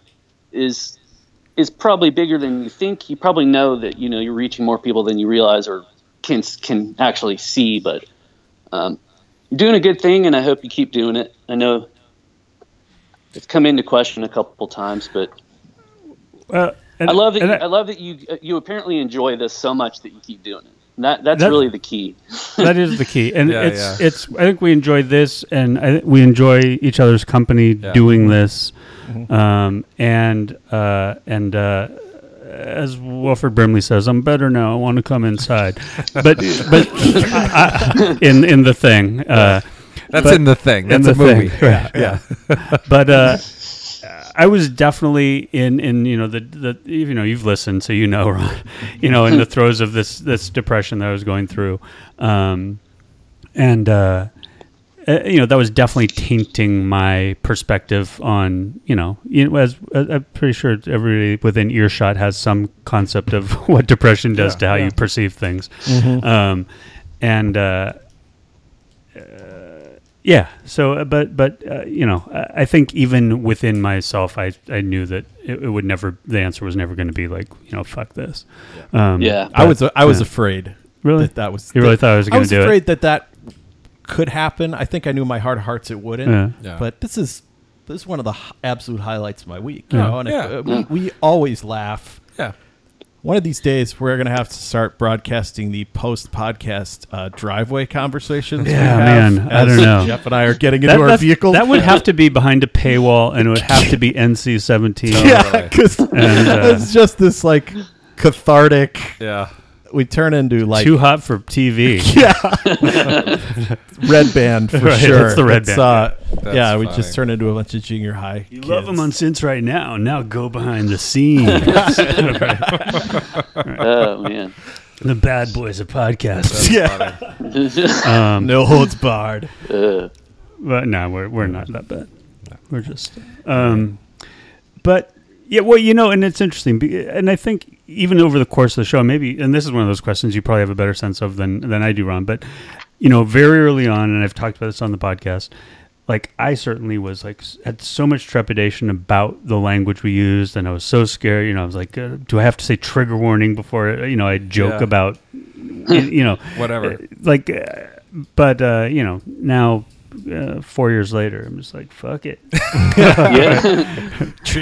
Speaker 6: is is probably bigger than you think. You probably know that you know you're reaching more people than you realize or can can actually see, but um, you're doing a good thing, and I hope you keep doing it. I know it's come into question a couple times, but
Speaker 4: Uh, and-
Speaker 6: I love that.
Speaker 4: and
Speaker 6: You,
Speaker 4: I-
Speaker 6: I love that you uh, you apparently enjoy this so much that you keep doing it. And That that's
Speaker 4: That-
Speaker 6: really the key.
Speaker 4: that is the key, and
Speaker 1: Yeah,
Speaker 4: it's
Speaker 1: yeah.
Speaker 4: it's. I think we enjoy this, and I, think we enjoy each other's company doing
Speaker 1: Mm-hmm.
Speaker 4: this, um, and uh, and uh, as Wilfred Brimley says, "I'm better now. I want to come inside," but but I, I, in in the thing, uh,
Speaker 1: That's
Speaker 4: But-
Speaker 1: in the thing. That's
Speaker 4: in the
Speaker 1: a movie.
Speaker 4: thing, right, yeah. but uh, I was definitely in in you know the the you know you've listened so you know Ron, you know in the throes of this this depression that I was going through, um, and uh, uh, you know that was definitely tainting my perspective on you know you know, as uh, I'm pretty sure everybody within earshot has some concept of what depression does to how you perceive things, um, and. Uh, yeah. So, uh, but but uh, you know, I I think even within myself, I I knew that it, it would never. The answer was never going to be like you know, fuck this. Um,
Speaker 6: Yeah.
Speaker 5: I was I was afraid.
Speaker 4: Really?
Speaker 5: that, that was
Speaker 4: You really thought I was gonna do it?
Speaker 5: afraid that that could happen. I think I knew in my heart of hearts it wouldn't.
Speaker 4: Yeah.
Speaker 1: Yeah.
Speaker 5: But this is this is one of the h- absolute highlights of my week. You
Speaker 4: Yeah.
Speaker 5: know, and if-
Speaker 1: Yeah.
Speaker 5: uh, we, we always laugh
Speaker 1: Yeah.
Speaker 5: One of these days, we're gonna have to start broadcasting the post-podcast uh, driveway conversations. we
Speaker 4: Yeah,
Speaker 5: have
Speaker 4: man, I
Speaker 5: as
Speaker 4: don't know.
Speaker 5: Jeff and I are getting into
Speaker 4: That,
Speaker 5: our
Speaker 4: that's-
Speaker 5: vehicle.
Speaker 4: that would have to be behind a paywall, and it would have to be NC seventeen. uh,
Speaker 5: yeah, because it's just this like cathartic.
Speaker 1: Yeah.
Speaker 5: We turn into like
Speaker 4: Too hot for TV.
Speaker 5: red band for
Speaker 4: Right,
Speaker 5: sure.
Speaker 4: that's the red
Speaker 5: It's,
Speaker 4: band,
Speaker 5: Uh,
Speaker 1: yeah.
Speaker 5: yeah,
Speaker 1: That's
Speaker 5: we
Speaker 1: funny.
Speaker 5: just turn into a bunch of junior high.
Speaker 4: You love them on Since right now. Now go behind the scenes. Right.
Speaker 6: Oh man.
Speaker 4: The bad boys of podcasts.
Speaker 5: yeah,
Speaker 4: Um,
Speaker 5: no holds barred.
Speaker 6: Uh,
Speaker 4: But no, we're we're not that bad. We're just, um, but yeah. Well, you know, and it's interesting, be- and I think even over the course of the show, maybe, and this is one of those questions you probably have a better sense of than than I do, Ron. But you know, very early on, and I've talked about this on the podcast. Like I certainly was like s- had so much trepidation about the language we used, and I was so scared. You know, I was like, uh, "Do I have to say trigger warning before?" You know, I joke
Speaker 1: Yeah.
Speaker 4: about, you know,
Speaker 1: Whatever.
Speaker 4: uh, like uh, but uh you know now uh, four years later i'm just like fuck it
Speaker 6: yeah.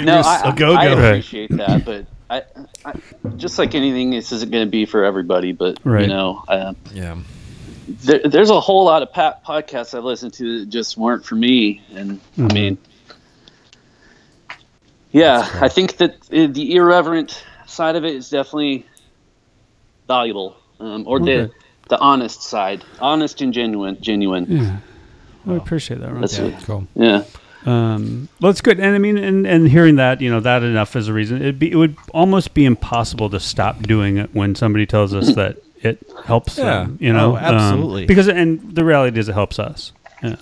Speaker 6: no, I, I-
Speaker 5: go-go.
Speaker 6: I
Speaker 5: Right.
Speaker 6: appreciate that, but I, I just like anything, this isn't going to be for everybody. But
Speaker 4: Right.
Speaker 6: you know, um,
Speaker 1: Yeah.
Speaker 6: there, there's a whole lot of pat podcasts I listened to that just weren't for me, and I mean, yeah, I think that uh, the irreverent side of it is definitely valuable, um, or
Speaker 4: Okay.
Speaker 6: the the honest side, honest and genuine, genuine.
Speaker 4: i appreciate that Ron.
Speaker 6: That's it.
Speaker 1: Cool.
Speaker 6: yeah.
Speaker 4: um well it's good and i mean and and hearing that you know that enough is a reason it'd be it would almost be impossible to stop doing it when somebody tells
Speaker 6: Mm.
Speaker 4: us that it helps them
Speaker 1: Yeah.
Speaker 4: you know
Speaker 5: Oh,
Speaker 4: Um,
Speaker 5: absolutely.
Speaker 4: because and the reality is it helps us yeah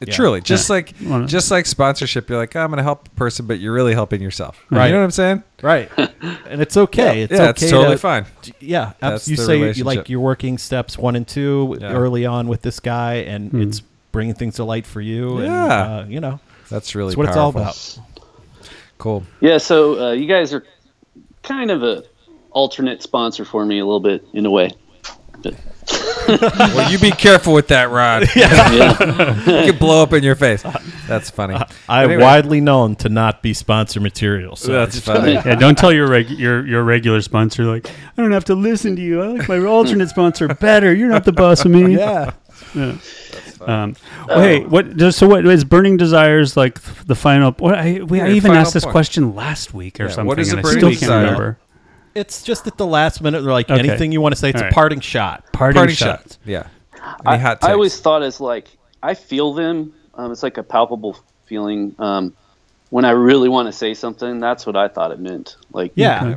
Speaker 1: It Truly, just like
Speaker 4: Wanna-
Speaker 1: just like sponsorship, you're like, oh, I'm going to help a person, but you're really helping yourself.
Speaker 5: Right.
Speaker 1: You know what I'm saying?
Speaker 5: Right, and it's okay. it's
Speaker 1: yeah,
Speaker 5: okay.
Speaker 1: it's totally
Speaker 5: to-
Speaker 1: fine.
Speaker 5: Yeah,
Speaker 1: That's
Speaker 5: abs- you
Speaker 1: the
Speaker 5: say you
Speaker 1: relationship.
Speaker 5: like you're working steps one and two
Speaker 1: Yeah.
Speaker 5: early on with this guy, and
Speaker 4: Hmm.
Speaker 5: it's bringing things to light for you. and,
Speaker 1: Yeah.
Speaker 5: uh, you know,
Speaker 1: That's really
Speaker 5: it's what
Speaker 1: powerful.
Speaker 5: it's all about.
Speaker 1: Cool.
Speaker 6: Yeah, so uh, you guys are kind of a alternate sponsor for me a little bit in a way. But,
Speaker 1: Well, you be careful with that, Rod.
Speaker 6: yeah.
Speaker 1: it could blow up in your face. That's funny.
Speaker 5: I
Speaker 1: Anyway,
Speaker 5: widely known to not be sponsor material. So
Speaker 1: That's funny.
Speaker 4: yeah don't tell your reg- your your regular sponsor like i don't have to listen to you i like my alternate sponsor better you're not the boss of me
Speaker 5: yeah,
Speaker 4: Um,
Speaker 1: Oh.
Speaker 4: well, hey, what? does- So, what is burning desires like th- the final? What I we, I
Speaker 1: Yeah,
Speaker 4: even
Speaker 1: final
Speaker 4: asked this
Speaker 1: point.
Speaker 4: question last week or
Speaker 1: Yeah,
Speaker 4: something.
Speaker 1: what is
Speaker 4: and
Speaker 1: a
Speaker 4: I
Speaker 1: burning
Speaker 4: still can't
Speaker 1: desire?
Speaker 4: remember.
Speaker 5: it's just at the last minute they're like
Speaker 4: Okay.
Speaker 5: anything you want to say. It's
Speaker 4: All
Speaker 5: a
Speaker 4: right.
Speaker 5: parting shot.
Speaker 4: Parting,
Speaker 1: Party shot.
Speaker 4: shots.
Speaker 1: Yeah. Any
Speaker 6: I,
Speaker 1: hot
Speaker 6: I
Speaker 1: takes?
Speaker 6: always thought as like I feel them. Um, it's like a palpable feeling um, when I really want to say something. That's what I thought it meant. Like
Speaker 5: Yeah,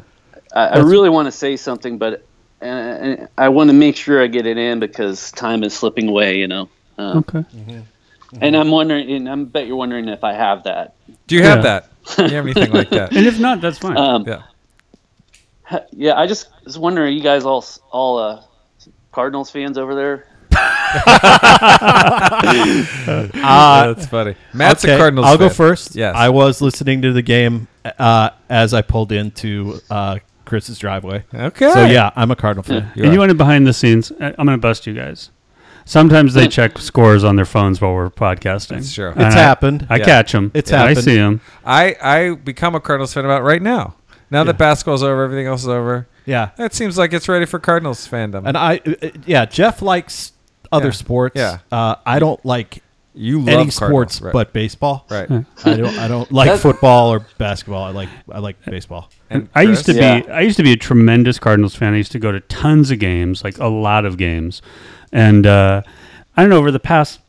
Speaker 6: I, I really want to say something, but uh, uh, I want to make sure I get it in because time is slipping away. You know. Um,
Speaker 4: Okay.
Speaker 1: Mm-hmm.
Speaker 6: And I'm wondering, and I bet you're wondering if I have that.
Speaker 1: Do you have
Speaker 4: Yeah.
Speaker 1: that? Do you have anything like that?
Speaker 4: And if not, that's fine.
Speaker 5: Uh,
Speaker 6: Um,
Speaker 1: Yeah.
Speaker 6: Yeah, I just was wondering, you guys all all uh, Cardinals fans over there?
Speaker 5: uh,
Speaker 1: That's funny. Matt's
Speaker 5: okay,
Speaker 1: a Cardinals
Speaker 5: I'll go
Speaker 1: fan.
Speaker 5: first.
Speaker 1: Yes.
Speaker 5: I was listening to the game uh, as I pulled into uh, Chris's driveway.
Speaker 1: Okay.
Speaker 5: So yeah, I'm a Cardinal fan.
Speaker 1: You
Speaker 4: and
Speaker 1: are.
Speaker 4: you want to behind the scenes? I, I'm going to bust you guys. Sometimes they check scores on their phones while we're podcasting.
Speaker 1: That's true.
Speaker 4: And
Speaker 5: It's
Speaker 4: I-
Speaker 5: happened.
Speaker 4: I
Speaker 1: Yeah.
Speaker 4: catch them.
Speaker 5: It's
Speaker 4: I
Speaker 5: happened.
Speaker 4: see them.
Speaker 1: I, I become a Cardinals fan about right now. Now that basketball's over, everything else is over.
Speaker 5: Yeah.
Speaker 1: It seems like it's ready for Cardinals fandom.
Speaker 5: And I, uh, uh, yeah, Jeff likes other
Speaker 1: Yeah.
Speaker 5: sports.
Speaker 1: Yeah.
Speaker 5: Uh, I don't like
Speaker 1: you love
Speaker 5: any
Speaker 1: Cardinals,
Speaker 5: sports
Speaker 1: right.
Speaker 5: but baseball.
Speaker 1: right.
Speaker 5: I don't. I don't like football or basketball. I like. I like baseball.
Speaker 1: And
Speaker 4: I used to
Speaker 1: Chris?
Speaker 6: Yeah.
Speaker 4: be I used to be a tremendous Cardinals fan. I used to go to tons of games, like a lot of games, and uh, I don't know over the past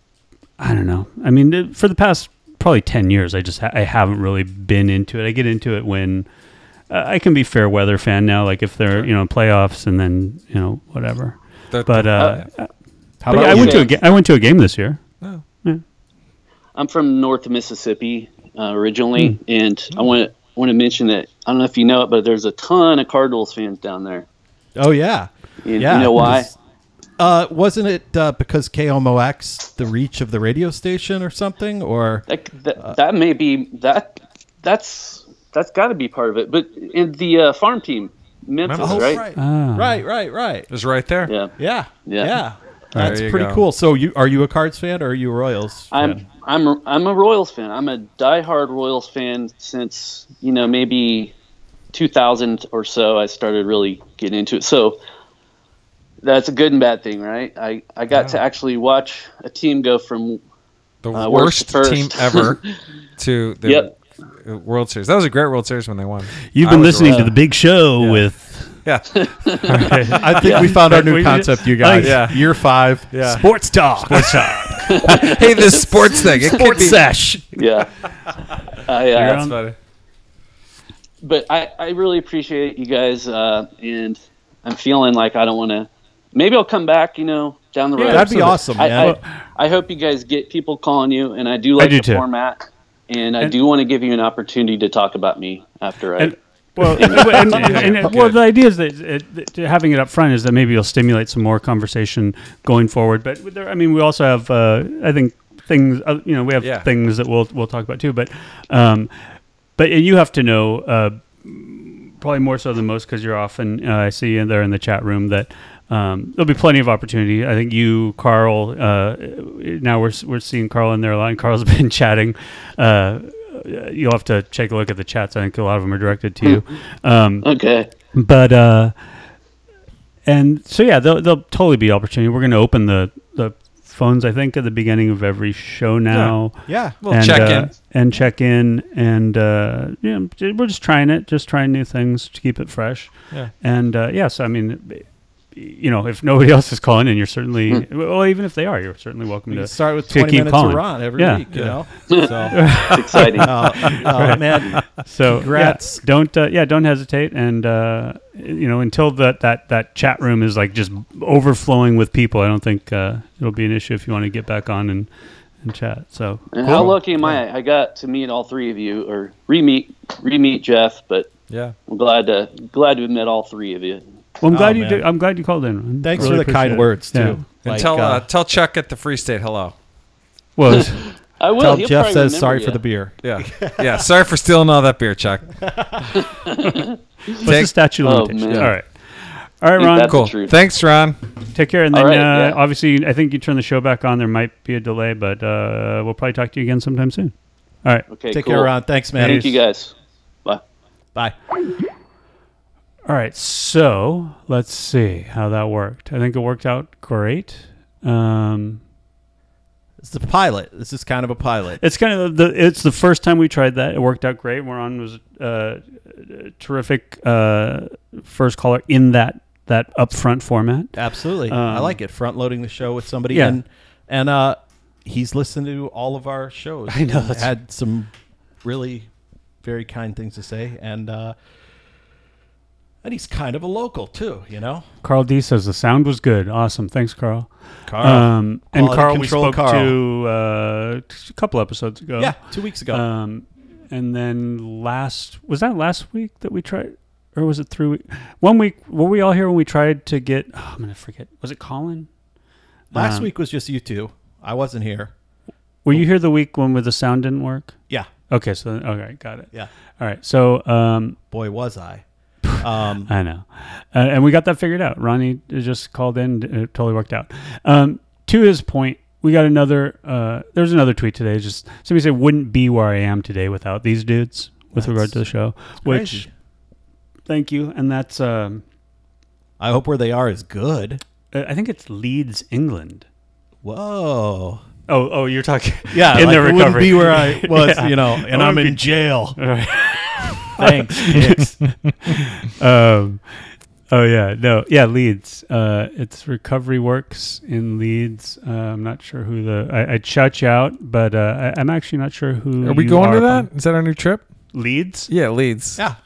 Speaker 4: I don't know. I mean, uh, for the past probably ten years, I just ha- I haven't really been into it. I get into it when uh, I can be fair weather fan now, like if they're you know playoffs and then you know whatever.
Speaker 1: They're-
Speaker 4: But uh,
Speaker 5: How
Speaker 4: but yeah,
Speaker 5: about
Speaker 4: I
Speaker 5: you?
Speaker 4: went to a ga- I went to a game this year.
Speaker 6: I'm from North Mississippi uh, originally, and I want to want to mention that I don't know if you know it, but there's a ton of Cardinals fans down there.
Speaker 5: Oh yeah.
Speaker 6: You, you
Speaker 5: Yeah.
Speaker 6: know why?
Speaker 5: Because, Uh, wasn't it uh, because KMOX the reach of the radio station or something? Or
Speaker 6: That that, that may be that that's that's got to be part of it. But in the uh, farm team, Memphis,
Speaker 1: Memphis.
Speaker 5: oh
Speaker 6: right?
Speaker 5: right,
Speaker 4: Ah.
Speaker 5: right, right, right.
Speaker 1: It was right there.
Speaker 6: Yeah.
Speaker 5: Yeah.
Speaker 6: Yeah.
Speaker 5: That's
Speaker 1: There you
Speaker 5: pretty
Speaker 1: go.
Speaker 5: cool. So you are you a Cards fan or are you a Royals?
Speaker 6: I'm
Speaker 5: fan?
Speaker 6: I'm I'm a Royals fan. I'm a diehard Royals fan since you know maybe 2000 or so, I started really getting into it. So that's a good and bad thing, right? I, I got to actually watch a team go from
Speaker 1: The
Speaker 6: Uh, worst
Speaker 1: worst
Speaker 6: to first.
Speaker 1: team ever to the
Speaker 6: Yep.
Speaker 1: World Series. That was a great World Series when they won.
Speaker 4: You've
Speaker 1: I
Speaker 4: been
Speaker 1: was
Speaker 4: listening to
Speaker 1: around.
Speaker 4: the big show with
Speaker 1: Yeah.
Speaker 5: I think we found our new
Speaker 4: We-
Speaker 5: concept, you guys.
Speaker 1: Yeah.
Speaker 5: Year five.
Speaker 1: Yeah.
Speaker 4: Sports Talk. Sports Talk.
Speaker 1: hey, this sports thing. It could
Speaker 5: Sports
Speaker 1: be.
Speaker 5: sesh.
Speaker 6: yeah. I,
Speaker 4: You're
Speaker 6: uh,
Speaker 1: That's funny.
Speaker 6: but I, I really appreciate you guys, uh, and I'm feeling like I don't want to. Maybe I'll come back, you know, down the road.
Speaker 5: That'd be awesome,
Speaker 6: I,
Speaker 5: man.
Speaker 6: I, I hope you guys get people calling you, and I do like
Speaker 4: do
Speaker 6: the
Speaker 4: too.
Speaker 6: format, and I
Speaker 4: And-
Speaker 6: do want to give you an opportunity to talk about me after I.
Speaker 4: And- Well, and, and- and- well,
Speaker 1: Good.
Speaker 4: the idea is that, it, that having it up front is that maybe you'll stimulate some more conversation going forward. But there, I mean, we also have, uh, I think, things. Uh, you know, we have
Speaker 1: Yeah.
Speaker 4: things that we'll we'll talk about too. But, um, but you have to know uh, probably more so than most because you're often uh, I see you there in the chat room that um, there'll be plenty of opportunity. I think you, Carl. Uh, now we're we're seeing Carl in there a lot. And Carl's been chatting. Uh, you'll have to take a look at the chats. I think a lot of them are directed to you. Um,
Speaker 6: okay.
Speaker 4: but uh, and so yeah, there'll, there'll totally be opportunity. We're going to open the the phones. I think at the beginning of every show now.
Speaker 5: Yeah.
Speaker 1: We'll check
Speaker 4: uh,
Speaker 1: in.
Speaker 4: and check in and uh, yeah, j- we're just trying it, just trying new things to keep it fresh.
Speaker 1: Yeah.
Speaker 4: And uh, yeah, so I mean, you know, if nobody else is calling in, you're certainly well, even if they are, you're certainly welcome
Speaker 5: Hmm. We
Speaker 4: to
Speaker 5: can start with
Speaker 4: to
Speaker 5: 20
Speaker 4: keep
Speaker 5: minutes
Speaker 4: calling.
Speaker 5: of Ron every
Speaker 4: Yeah.
Speaker 5: week, you know? So,
Speaker 6: It's exciting.
Speaker 5: uh, uh, man,
Speaker 4: So
Speaker 5: Congrats.
Speaker 4: yeah, don't uh, yeah, don't hesitate, and uh, you know until that that that chat room is like just overflowing with people. I don't think uh, it'll be an issue if you want to get back on and, and chat. So
Speaker 6: And How lucky am I? I got to meet all three of you, or re-meet, re-meet Jeff. But
Speaker 1: Yeah.
Speaker 6: I'm glad to glad to have met all three of you.
Speaker 4: well, I'm glad you
Speaker 5: Oh, man.
Speaker 4: did, I'm glad you called in. Ron.
Speaker 5: thanks
Speaker 4: Really
Speaker 5: for the kind
Speaker 4: appreciate it.
Speaker 5: words, too.
Speaker 4: Yeah.
Speaker 1: And
Speaker 5: Like,
Speaker 1: tell, uh,
Speaker 5: uh,
Speaker 1: tell Chuck at the Free State hello.
Speaker 4: Well, it's-
Speaker 6: I will.
Speaker 5: tell
Speaker 6: he'll
Speaker 5: Jeff
Speaker 6: probably
Speaker 5: says
Speaker 6: remember
Speaker 5: sorry
Speaker 6: you.
Speaker 5: for the beer.
Speaker 1: Yeah. Yeah. Sorry for stealing all that beer, Chuck.
Speaker 4: what's the statute
Speaker 6: Oh,
Speaker 4: limitation?
Speaker 6: man.
Speaker 4: All right, all right,
Speaker 6: Ain't
Speaker 4: Ron.
Speaker 6: that-
Speaker 1: Cool.
Speaker 6: True.
Speaker 1: Thanks, Ron.
Speaker 4: Take care, and
Speaker 6: All
Speaker 4: then
Speaker 6: right,
Speaker 4: uh,
Speaker 6: yeah.
Speaker 4: obviously, I think you turn the show back on. There might be a delay, but uh, we'll probably talk to you again sometime soon. All right,
Speaker 6: Okay.
Speaker 5: Take
Speaker 6: cool.
Speaker 5: care, Ron. Thanks, man.
Speaker 6: Thank you guys. Bye.
Speaker 5: Bye.
Speaker 4: All right, so let's see how that worked. I think it worked out great. Um,
Speaker 5: It's the pilot. This is kind of a pilot.
Speaker 4: it's kind of the it's the first time we tried that. It worked out great. Moran was uh, a terrific uh, first caller in that that upfront format.
Speaker 5: Absolutely. I like it. Front loading the show with somebody.
Speaker 4: Yeah.
Speaker 5: And, and uh, he's listened to all of our shows. I
Speaker 4: know, that's-
Speaker 5: Had some really very kind things to say. And, uh, and he's kind of a local, too, you know?
Speaker 4: Carl D says the sound was good. Awesome, thanks, Carl.
Speaker 5: Carl.
Speaker 4: um, and
Speaker 5: Uh, Quality
Speaker 4: Carl, we
Speaker 5: control
Speaker 4: spoke
Speaker 5: Carl.
Speaker 4: to uh, a couple episodes ago.
Speaker 5: yeah, two weeks ago.
Speaker 4: Um, and then last was that last week that we tried, or was it three week? One week were we all here when we tried to get? Oh, I'm gonna forget. Was it Colin?
Speaker 5: Last
Speaker 4: um,
Speaker 5: week was just you two. I wasn't here.
Speaker 4: Were
Speaker 5: Oh.
Speaker 4: you here the week when where the sound didn't work?
Speaker 5: Yeah.
Speaker 4: Okay, so okay, got it.
Speaker 5: Yeah.
Speaker 4: All right, so um,
Speaker 5: Boy, was I. Um,
Speaker 4: I know, uh, and we got that figured out. Ronnie just called in; and it totally worked out. Um, to his point, we got another. Uh, there's another tweet today. Just somebody said, "Wouldn't be where I am today without these dudes." With regard to the show, which
Speaker 5: crazy.
Speaker 4: thank you, and that's. Um,
Speaker 5: I hope where they are is good.
Speaker 4: Uh, I think it's Leeds, England.
Speaker 5: Whoa.
Speaker 4: Oh, oh, you're talking.
Speaker 5: Yeah,
Speaker 4: in
Speaker 5: like,
Speaker 4: the
Speaker 5: it wouldn't
Speaker 4: recovery.
Speaker 5: be where I was,
Speaker 4: Yeah.
Speaker 5: you know,
Speaker 4: It
Speaker 5: and I'm
Speaker 4: wouldn't
Speaker 5: in jail.
Speaker 4: Right.
Speaker 5: Thanks, Hicks.
Speaker 4: um, oh yeah, no, yeah, Leeds. Uh, it's Recovery Works in Leeds. Uh, I'm not sure who the I, I'd shout you out, but uh, I, I'm actually not sure who.
Speaker 1: Are we
Speaker 4: you
Speaker 1: going to
Speaker 4: are.
Speaker 1: that? Is that our new trip?
Speaker 4: Leeds?
Speaker 1: Yeah, Leeds.
Speaker 5: Yeah.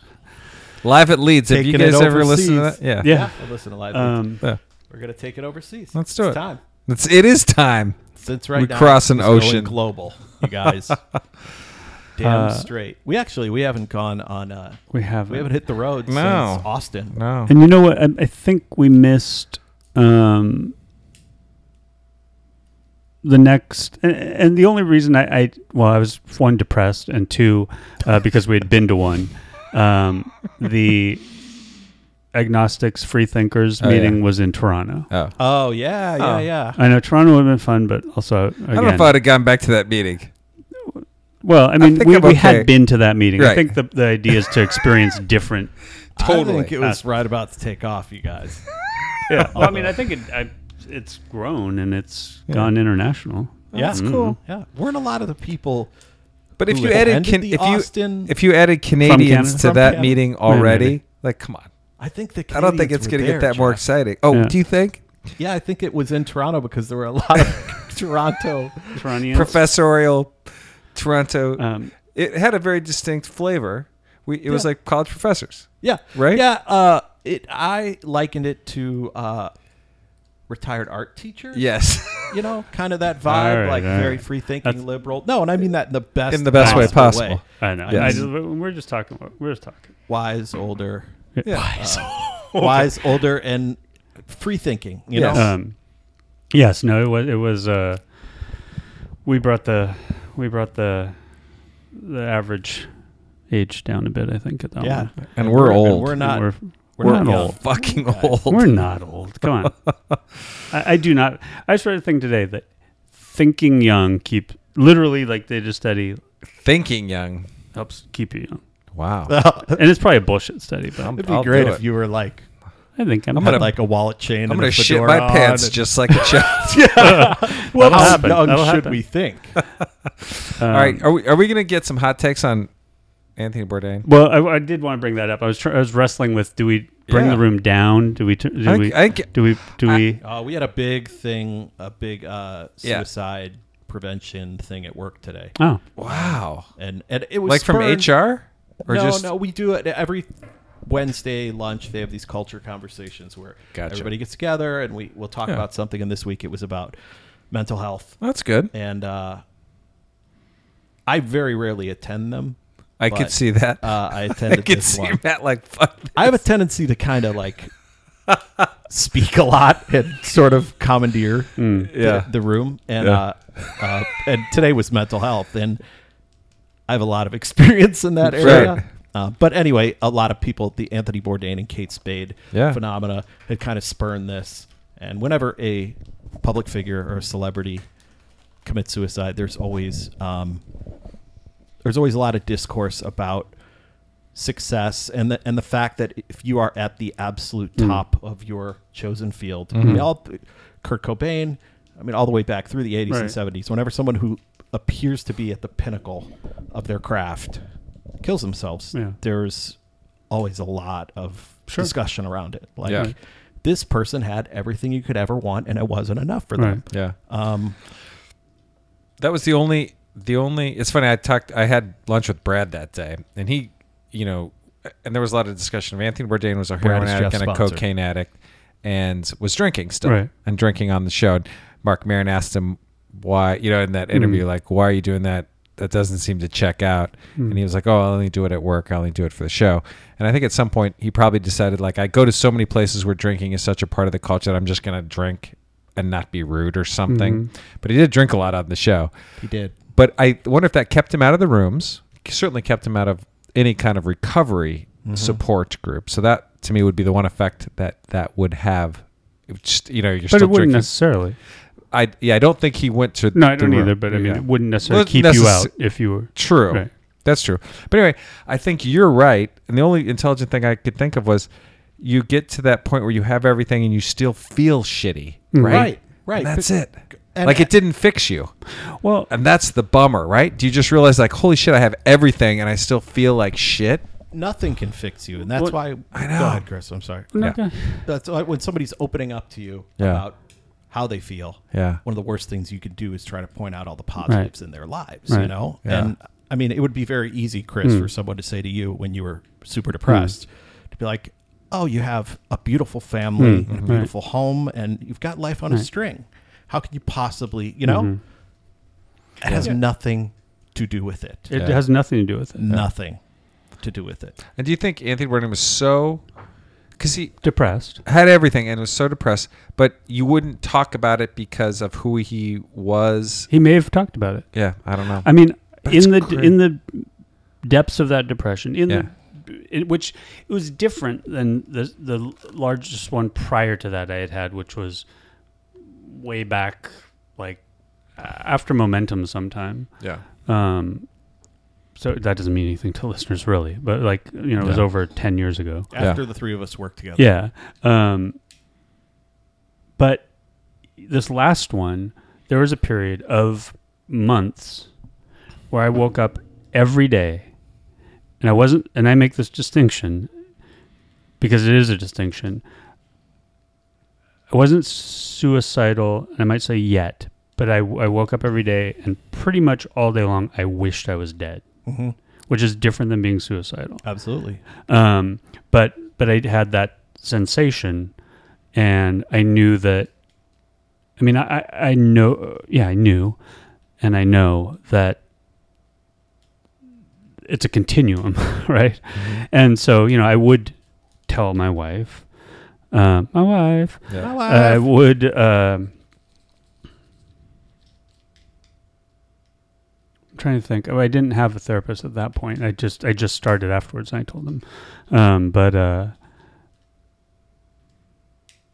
Speaker 1: Live at Leeds. Have you
Speaker 5: Taking it
Speaker 1: guys ever
Speaker 5: overseas.
Speaker 1: listened to that? Yeah.
Speaker 4: Yeah.
Speaker 5: Well, listen to live.
Speaker 4: Um,
Speaker 1: Yeah.
Speaker 5: We're gonna take it overseas.
Speaker 1: Let's do
Speaker 5: It's
Speaker 1: it.
Speaker 5: Time.
Speaker 1: It's, it is time.
Speaker 5: Since right
Speaker 1: We
Speaker 5: now
Speaker 1: cross an
Speaker 5: it's going
Speaker 1: ocean. Uh,
Speaker 5: global, you guys. Damn straight. We actually we haven't gone on. Uh,
Speaker 4: we have.
Speaker 5: we haven't hit the road
Speaker 1: No.
Speaker 5: since Austin.
Speaker 1: No.
Speaker 4: And you know what? I, I think we missed um, the next. And, and the only reason I, I, well, I was one depressed, and two uh, because we had been to one. Um, the agnostics, free thinkers
Speaker 1: Oh, yeah.
Speaker 4: meeting was in Toronto.
Speaker 1: Oh.
Speaker 5: Oh yeah, yeah,
Speaker 1: Oh.
Speaker 5: yeah.
Speaker 4: I know Toronto would have been fun, but also again,
Speaker 1: I don't know if I'd have gone back to that meeting.
Speaker 4: Well, I mean,
Speaker 1: think
Speaker 4: we,
Speaker 1: I'm
Speaker 4: we
Speaker 1: okay.
Speaker 4: had been to that meeting. I
Speaker 1: Right.
Speaker 4: think the, the idea is to experience different.
Speaker 5: I
Speaker 1: Totally.
Speaker 5: think it was right about to take off, you guys.
Speaker 4: Yeah. Well, I mean, I think it, I, it's grown and it's gone international.
Speaker 5: yeah, Mm-hmm.
Speaker 4: Mhm.
Speaker 5: Yeah, weren't a lot of the people
Speaker 1: But if
Speaker 5: who
Speaker 1: you
Speaker 5: had
Speaker 1: added
Speaker 5: ended
Speaker 1: can,
Speaker 5: the
Speaker 1: if
Speaker 5: Austin-
Speaker 1: you if you added Canadians
Speaker 4: Canada?
Speaker 1: to
Speaker 4: From
Speaker 1: that
Speaker 5: Canada.
Speaker 1: meeting
Speaker 4: Yeah,
Speaker 1: already,
Speaker 4: maybe.
Speaker 1: like come on.
Speaker 5: I think the
Speaker 1: I don't think it's
Speaker 5: Canadians were
Speaker 1: going to get
Speaker 5: there,
Speaker 1: that more
Speaker 5: Jeff.
Speaker 1: exciting. Oh,
Speaker 4: Yeah.
Speaker 1: do you think?
Speaker 5: Yeah, I think it was in Toronto because there were a lot of Toronto.
Speaker 4: Torontians.
Speaker 1: Professorial Toronto.
Speaker 4: Um,
Speaker 1: it had a very distinct flavor. We, it was
Speaker 5: Yeah.
Speaker 1: like college professors.
Speaker 5: Yeah,
Speaker 1: Right?
Speaker 5: Yeah, uh, it. I likened it to uh, retired art teachers.
Speaker 1: Yes.
Speaker 5: you know, kind of that
Speaker 4: All
Speaker 5: vibe,
Speaker 4: right,
Speaker 5: like
Speaker 4: all right.
Speaker 5: very free thinking,
Speaker 4: That's-
Speaker 5: liberal. No, and I mean that in the best
Speaker 1: In the best way possible.
Speaker 4: I know. I
Speaker 1: Yes.
Speaker 4: just, we're just talking. We're just talking.
Speaker 5: Wise, older,
Speaker 1: Yeah. Uh,
Speaker 5: wise, older, and free thinking. You
Speaker 1: Yes.
Speaker 5: know,
Speaker 4: Um, yes. No. It was. It was. Uh, we brought the we brought the the average age down a bit. I think at that
Speaker 5: yeah.
Speaker 4: one.
Speaker 1: And we're old.
Speaker 5: We're not.
Speaker 4: We're,
Speaker 5: We're,
Speaker 4: we're
Speaker 5: not,
Speaker 4: not
Speaker 5: young.
Speaker 4: old.
Speaker 1: Fucking old.
Speaker 4: we're not old. Come on. I, I do not. I just read a thing today that thinking young keep literally like they just study
Speaker 1: Thinking young.
Speaker 4: helps keep you young,
Speaker 1: Wow.
Speaker 4: and it's probably a bullshit study, but i
Speaker 5: It'd be
Speaker 1: I'll
Speaker 5: great
Speaker 1: do
Speaker 5: if
Speaker 1: it.
Speaker 5: you were like
Speaker 4: think I'm,
Speaker 1: I'm
Speaker 5: had
Speaker 1: gonna-
Speaker 5: like a wallet chain.
Speaker 1: I'm
Speaker 5: going to
Speaker 1: shit my pants just like a child.
Speaker 4: Well,
Speaker 5: How
Speaker 4: that'll happen.
Speaker 5: young
Speaker 4: That'll
Speaker 5: should
Speaker 4: happen.
Speaker 5: we think?
Speaker 4: Um,
Speaker 1: All right. Are we are we gonna get some hot takes on Anthony Bourdain?
Speaker 4: Well, I, I did want to bring that up. I was tr- I was wrestling with do we bring
Speaker 1: Yeah.
Speaker 4: the room down? Do we t- do
Speaker 1: I-
Speaker 4: we
Speaker 1: I g-
Speaker 4: do we do we?
Speaker 5: Uh, we had a big thing, a big uh,
Speaker 1: Yeah.
Speaker 5: suicide prevention thing at work today,
Speaker 4: oh,
Speaker 1: Wow.
Speaker 5: and and it was
Speaker 1: Like from
Speaker 5: spurred-
Speaker 1: HR? Or
Speaker 5: no,
Speaker 1: just
Speaker 5: no, we do it every Wednesday lunch. They have these culture conversations where
Speaker 1: Gotcha.
Speaker 5: everybody gets together and we we'll talk about something. And this week it was about mental health,
Speaker 1: that's good.
Speaker 5: and uh, I very rarely attend them.
Speaker 1: I
Speaker 5: but,
Speaker 1: could see that.
Speaker 5: Uh, I
Speaker 1: I
Speaker 5: attended
Speaker 1: could
Speaker 5: this
Speaker 1: see
Speaker 5: one.
Speaker 1: Matt like fuck.
Speaker 5: I have a tendency to kind of like speak a lot and sort of commandeer
Speaker 1: Hmm.
Speaker 5: the,
Speaker 1: yeah.
Speaker 5: the room. And
Speaker 1: Yeah.
Speaker 5: uh, uh, and today was mental health, and I have a lot of experience in that area.
Speaker 1: Right.
Speaker 5: Uh, but anyway, a lot of people, the Anthony Bourdain and Kate Spade
Speaker 1: Yeah.
Speaker 5: phenomena, had kind of spurned this. And whenever a public figure or a celebrity commits suicide, there's always um, there's always a lot of discourse about success and the and the fact that if you are at the absolute
Speaker 1: Hmm.
Speaker 5: top of your chosen field,
Speaker 1: Mm-hmm.
Speaker 5: I mean, all Kurt Cobain, I mean, all the way back through the 80s
Speaker 4: Right.
Speaker 5: and 70s, whenever someone who appears to be at the pinnacle of their craft kills themselves,
Speaker 4: Yeah.
Speaker 5: there's always a lot of discussion around it. Like
Speaker 1: Yeah.
Speaker 5: this person had everything you could ever want, and it wasn't enough for them.
Speaker 1: Yeah.
Speaker 5: Um,
Speaker 1: That was the only the only it's funny I talked I had lunch with Brad that day and he you know and there was a lot of discussion of Anthony Bourdain was a
Speaker 5: Brad
Speaker 1: heroin
Speaker 5: is
Speaker 1: addict
Speaker 5: Jeff's
Speaker 1: and a
Speaker 5: sponsor.
Speaker 1: cocaine addict and was drinking still
Speaker 4: Right.
Speaker 1: and drinking on the show and Mark Marin asked him why you know in that interview like why are you doing that that doesn't seem to check out and he was like oh I only do it at work I only do it for the show and I think at some point he probably decided like I go to so many places where drinking is such a part of the culture that I'm just going to drink and not be rude or something but he did drink a lot on the show
Speaker 5: he did.
Speaker 1: but I wonder if that kept him out of the rooms. Certainly kept him out of any kind of recovery
Speaker 5: Mm-hmm.
Speaker 1: support group. So that to me would be the one effect that that would have. It would Just you know, you're
Speaker 4: but
Speaker 1: still
Speaker 4: it wouldn't
Speaker 1: drinking.
Speaker 4: necessarily.
Speaker 1: I yeah, I don't think he went to.
Speaker 4: No, I
Speaker 1: the
Speaker 4: don't
Speaker 1: room.
Speaker 4: either. But I mean,
Speaker 1: Yeah.
Speaker 4: it wouldn't necessarily
Speaker 1: Wouldn't
Speaker 4: keep you
Speaker 1: necess-
Speaker 4: out if you were.
Speaker 1: True.
Speaker 4: Right.
Speaker 1: That's true. But anyway, I think you're right. And the only intelligent thing I could think of was you get to that point where you have everything and you still feel shitty,
Speaker 4: Mm-hmm.
Speaker 1: right?
Speaker 5: Right, right.
Speaker 1: And that's
Speaker 5: But-
Speaker 1: it.
Speaker 5: and-
Speaker 1: like it didn't fix you.
Speaker 4: Well,
Speaker 1: And that's the bummer, right? Do you just realize, like, holy shit, I have everything and I still feel like shit?
Speaker 5: Nothing can fix you, and that's
Speaker 4: Well,
Speaker 5: why. I
Speaker 1: know.
Speaker 5: Go ahead, Chris. I'm sorry.
Speaker 1: Yeah.
Speaker 5: That's why when somebody's opening up to you
Speaker 1: Yeah.
Speaker 5: about how they feel.
Speaker 1: Yeah.
Speaker 5: One of the worst things you could do is try to point out all the positives in their lives. You
Speaker 4: Right.
Speaker 5: know,
Speaker 1: Yeah. Hmm.
Speaker 5: and I mean, it would be very easy, Chris, for someone to say to you when you were super depressed, to be like, "Oh, you have a beautiful family,
Speaker 1: Hmm.
Speaker 5: and a beautiful home, and you've got life on a string. How can you possibly, you know?"
Speaker 1: Mm-hmm.
Speaker 5: It has nothing to do with it.
Speaker 4: It has nothing to do with it.
Speaker 5: nothing to do with it.
Speaker 1: And do you think Anthony Bourdain was so, because he
Speaker 4: Depressed.
Speaker 1: had everything and was so depressed, but you wouldn't talk about it because of who he was?
Speaker 4: He may have talked about it.
Speaker 1: Yeah, I don't know.
Speaker 4: I mean,
Speaker 1: it's
Speaker 4: in the
Speaker 1: cra-
Speaker 4: in the depths of that depression, in
Speaker 1: Yeah.
Speaker 4: the in which it was different than the the largest one prior to that I had had, which was way back, like a- after Momentum, sometime.
Speaker 1: yeah.
Speaker 4: Um, so that doesn't mean anything to listeners really, but like you know, it was over ten years ago.
Speaker 5: After the three of us worked together.
Speaker 4: Yeah. Um, but this last one, there was a period of months where I woke up every day and I wasn't, and I make this distinction because it is a distinction. I wasn't suicidal, and I might say yet, but I, I woke up every day and pretty much all day long I wished I was dead, which is different than being suicidal
Speaker 5: Absolutely.
Speaker 4: um, but but I had that sensation, and I knew that. I mean, I I I know, yeah, I knew, and I know that it's a continuum, right? And so you know, I would tell my wife, uh, my wife,
Speaker 1: Yeah.
Speaker 4: I would. um I'm trying to think. Oh, I didn't have a therapist at that point. I just I just started afterwards, and I told them. Um, but uh,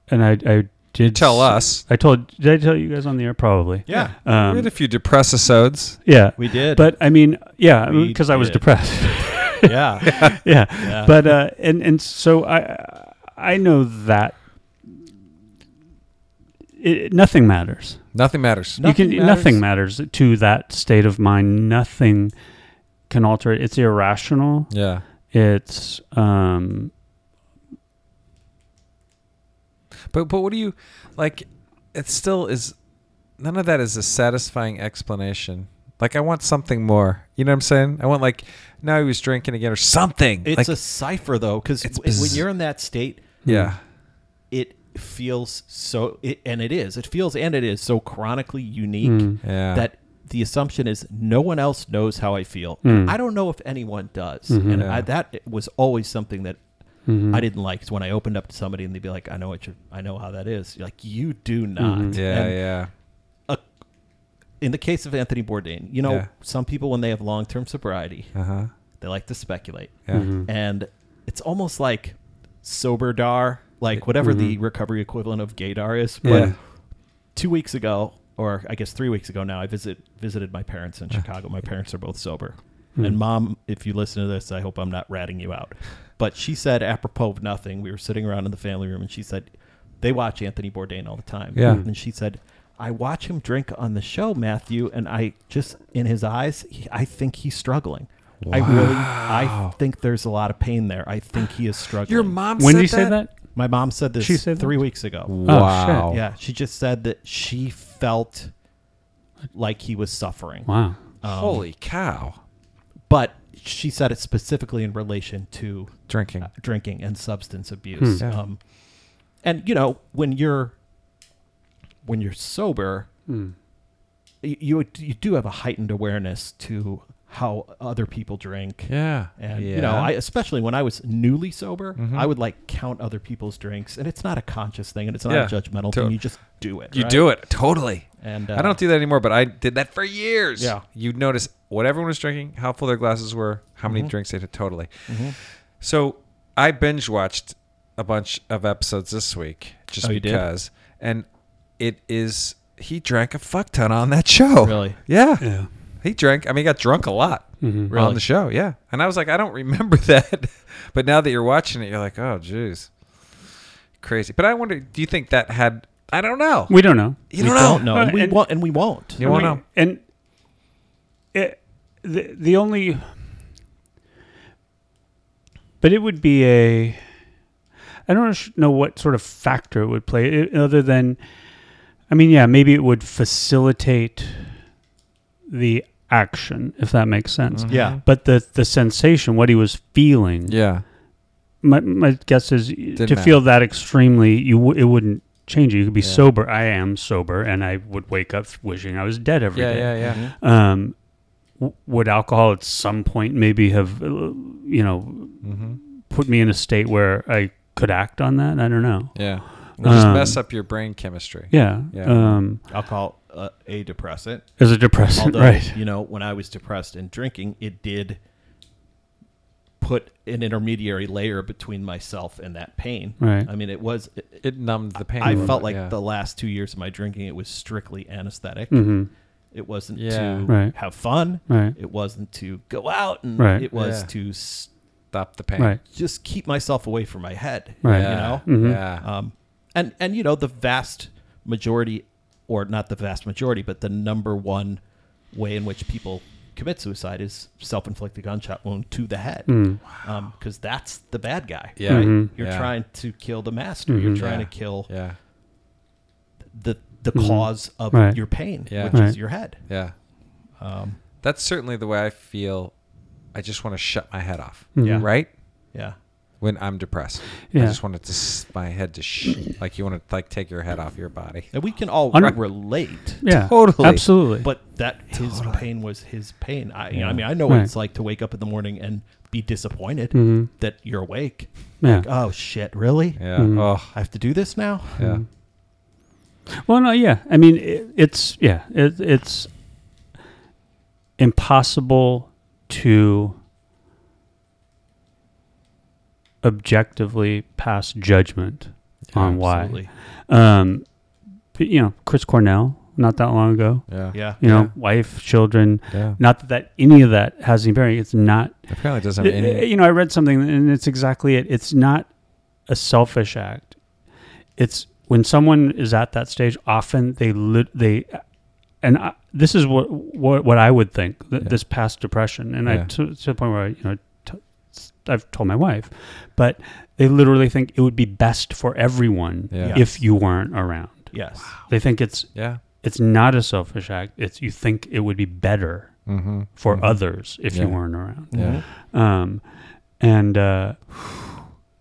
Speaker 4: and I I did
Speaker 1: Tell
Speaker 4: s-
Speaker 1: us.
Speaker 4: I told did I tell you guys on the air probably?
Speaker 5: Yeah.
Speaker 1: we had
Speaker 4: Um,
Speaker 1: a few depressisodes.
Speaker 4: yeah.
Speaker 5: We did.
Speaker 4: But I mean, yeah,
Speaker 5: We
Speaker 4: because I was
Speaker 5: did.
Speaker 4: depressed.
Speaker 5: yeah.
Speaker 4: yeah. But uh, and and so I I know that it, nothing matters.
Speaker 1: Nothing matters.
Speaker 5: Nothing
Speaker 4: you can
Speaker 5: matters.
Speaker 4: nothing matters to that state of mind. Nothing can alter it. It's irrational.
Speaker 1: Yeah.
Speaker 4: It's um
Speaker 1: But but what do you like? It still is. None of that is a satisfying explanation. Like I want something more. You know what I'm saying? I want like now he was drinking again or something.
Speaker 5: It's
Speaker 1: like,
Speaker 5: a cipher though, because
Speaker 1: It's
Speaker 5: when
Speaker 1: biz-
Speaker 5: you're in that state,
Speaker 1: yeah.
Speaker 5: it feels so, it, and it is. It feels and it is so chronically unique
Speaker 1: Yeah.
Speaker 5: that the assumption is no one else knows how I feel. I don't know if anyone does, and
Speaker 1: Yeah.
Speaker 5: I, that was always something that I didn't like. Is when I opened up to somebody and they'd be like, "I know what you, are I know how that is." You're like you do not.
Speaker 1: Yeah.
Speaker 5: And
Speaker 1: yeah.
Speaker 5: In the case of Anthony Bourdain, you know,
Speaker 1: Yeah.
Speaker 5: some people when they have long term sobriety,
Speaker 1: Uh huh.
Speaker 5: they like to speculate,
Speaker 1: Yeah. Mm-hmm.
Speaker 5: and it's almost like sober dar, like whatever the recovery equivalent of gaydar is, but
Speaker 1: Mm-hmm. Yeah.
Speaker 5: two weeks ago, or I guess three weeks ago now, I visit visited my parents in Chicago. My parents are both sober. And mom, if you listen to this, I hope I'm not ratting you out. But she said, apropos of nothing, we were sitting around in the family room, and she said, they watch Anthony Bourdain all the time.
Speaker 1: Yeah.
Speaker 5: And she said, I watch him drink on the show, Matthew, and I just in his eyes, he, I think he's struggling. I really, I think there's a lot of pain there. I think he is struggling.
Speaker 1: Your mom. said
Speaker 4: when did you say that?
Speaker 5: My mom said this
Speaker 4: She said that?
Speaker 5: three weeks ago.
Speaker 1: Wow.
Speaker 5: Yeah, she just said that she felt like he was suffering.
Speaker 4: Wow.
Speaker 1: Holy cow.
Speaker 5: But she said it specifically in relation to uh,
Speaker 1: Drinking.
Speaker 5: drinking and substance abuse.
Speaker 1: Hmm. Yeah.
Speaker 5: Um, and you know, when you're when you're sober,
Speaker 1: Hmm.
Speaker 5: y- you you do have a heightened awareness to how other people drink.
Speaker 1: Yeah.
Speaker 5: And
Speaker 1: yeah. Mm-hmm.
Speaker 5: you know, I especially when I was newly sober, I would like count other people's drinks, and it's not a conscious thing, and it's not
Speaker 1: Yeah.
Speaker 5: a judgmental
Speaker 1: To-
Speaker 5: thing. You just do it.
Speaker 1: You
Speaker 5: right?
Speaker 1: do it totally.
Speaker 5: And,
Speaker 1: I
Speaker 5: uh,
Speaker 1: don't do that anymore, but I did that for years.
Speaker 5: Yeah.
Speaker 1: You'd notice what everyone was drinking, how full their glasses were, how
Speaker 5: Mm-hmm.
Speaker 1: many drinks they had totally. So I binge watched a bunch of episodes this week just
Speaker 5: Oh, you did?
Speaker 1: because. And it is, he drank a fuck ton on that show.
Speaker 5: Really?
Speaker 1: Yeah.
Speaker 4: Yeah.
Speaker 1: He drank, I mean, he got drunk a lot on
Speaker 5: Really?
Speaker 1: the show. Yeah. And I was like, I don't remember that. but now that you're watching it, you're like, oh, geez. Crazy. But I wonder, do you think that had, I don't know.
Speaker 4: We don't know.
Speaker 1: you
Speaker 5: we
Speaker 1: don't know.
Speaker 5: don't know, and we
Speaker 4: And-
Speaker 5: won't, and we won't.
Speaker 1: You won't know.
Speaker 4: And it, the the only, but it would be a. I don't sh- know what sort of factor it would play, i- other than, I mean, yeah, maybe it would facilitate the action, if that makes sense.
Speaker 5: Yeah.
Speaker 4: But the the sensation, what he was feeling,
Speaker 1: Yeah.
Speaker 4: my, my guess is to
Speaker 1: matter.
Speaker 4: feel that extremely, you w- it wouldn't change you. You could be sober. I am sober, and I would wake up wishing I was dead every day.
Speaker 1: Yeah, yeah, yeah.
Speaker 4: Um, w- would alcohol at some point maybe have, uh, you know,
Speaker 1: Mm-hmm.
Speaker 4: put me in a state where I could act on that? I don't know.
Speaker 1: Yeah. It'll just
Speaker 4: Um,
Speaker 1: mess up your brain chemistry.
Speaker 4: Yeah.
Speaker 1: Yeah.
Speaker 4: Um,
Speaker 5: Alcohol uh, a depressant.
Speaker 4: as a depressant,
Speaker 5: Although
Speaker 4: right?
Speaker 5: you know, when I was depressed and drinking, it did put an intermediary layer between myself and that pain.
Speaker 4: Right.
Speaker 5: I mean, it was. It,
Speaker 1: It numbed the pain. a
Speaker 5: I
Speaker 1: little
Speaker 5: felt
Speaker 1: bit,
Speaker 5: like
Speaker 1: yeah.
Speaker 5: the last two years of my drinking, it was strictly anesthetic. It wasn't
Speaker 1: Yeah.
Speaker 5: to
Speaker 4: Mm-hmm. Right.
Speaker 5: have fun.
Speaker 4: Right.
Speaker 5: It wasn't to go out, and
Speaker 4: Right.
Speaker 5: it was
Speaker 1: Yeah.
Speaker 5: to s-
Speaker 1: Stop the pain.
Speaker 4: Right.
Speaker 5: just keep myself away from my head.
Speaker 4: Right.
Speaker 5: You
Speaker 1: Yeah.
Speaker 5: know.
Speaker 1: Yeah.
Speaker 5: Um, and and you know the vast majority, or not the vast majority, but the number one way in which people commit suicide is self-inflicted gunshot wound to the head,
Speaker 4: Hmm.
Speaker 5: because that's the bad guy.
Speaker 1: Yeah. Mhm.
Speaker 4: Mm-hmm.
Speaker 5: you're
Speaker 1: Yeah.
Speaker 5: trying to kill the master. You're trying
Speaker 1: Yeah.
Speaker 5: to kill
Speaker 1: Yeah.
Speaker 5: the the cause of
Speaker 4: Mm-hmm. Right.
Speaker 5: your pain,
Speaker 1: Yeah.
Speaker 5: which
Speaker 4: Right.
Speaker 5: is your head.
Speaker 1: Yeah. That's certainly the way I feel. I just want to shut my head off.
Speaker 5: Yeah.
Speaker 1: Right?
Speaker 5: Yeah,
Speaker 1: When I'm depressed. I
Speaker 4: Yeah.
Speaker 1: just want it to s- my head to sh- like you want to like take your head off your body.
Speaker 5: and we can all
Speaker 4: Under-
Speaker 5: relate.
Speaker 4: Yeah.
Speaker 1: Totally.
Speaker 4: Absolutely.
Speaker 5: But that his pain was his pain. I, you know, I mean, I know
Speaker 4: Right. Mm-hmm.
Speaker 5: what it's like to wake up in the morning and be disappointed that you're awake.
Speaker 4: Yeah.
Speaker 5: Like, oh shit, really?
Speaker 1: Yeah. Oh.
Speaker 5: I have to do this now.
Speaker 1: Yeah.
Speaker 4: Well, no, yeah. I mean, it, it's yeah, it, it's impossible to objectively pass judgment on why.
Speaker 5: Absolutely.
Speaker 4: Um, but, you know, Chris Cornell, not that long ago.
Speaker 1: Yeah.
Speaker 5: Yeah.
Speaker 4: You know, wife, children.
Speaker 1: Yeah.
Speaker 4: Not that, that any of that has any bearing. It's not
Speaker 1: Apparently it doesn't have
Speaker 4: uh,
Speaker 1: any.
Speaker 4: you know, I read something, and it's exactly it. It's not a selfish act. It's when someone is at that stage. Often they lit, they, and I, this is what, what what I would think. Th- This past depression, and
Speaker 1: Yeah.
Speaker 4: I to, to the point where I, you know, t- I've told my wife, but they literally think it would be best for everyone
Speaker 1: Yeah.
Speaker 4: if you weren't around.
Speaker 5: Yes.
Speaker 4: They think it's
Speaker 1: Yeah.
Speaker 4: it's not a selfish act. It's you think it would be better for others if you
Speaker 1: Mm-hmm. Yeah.
Speaker 4: weren't around
Speaker 1: Yeah.
Speaker 4: um, and uh,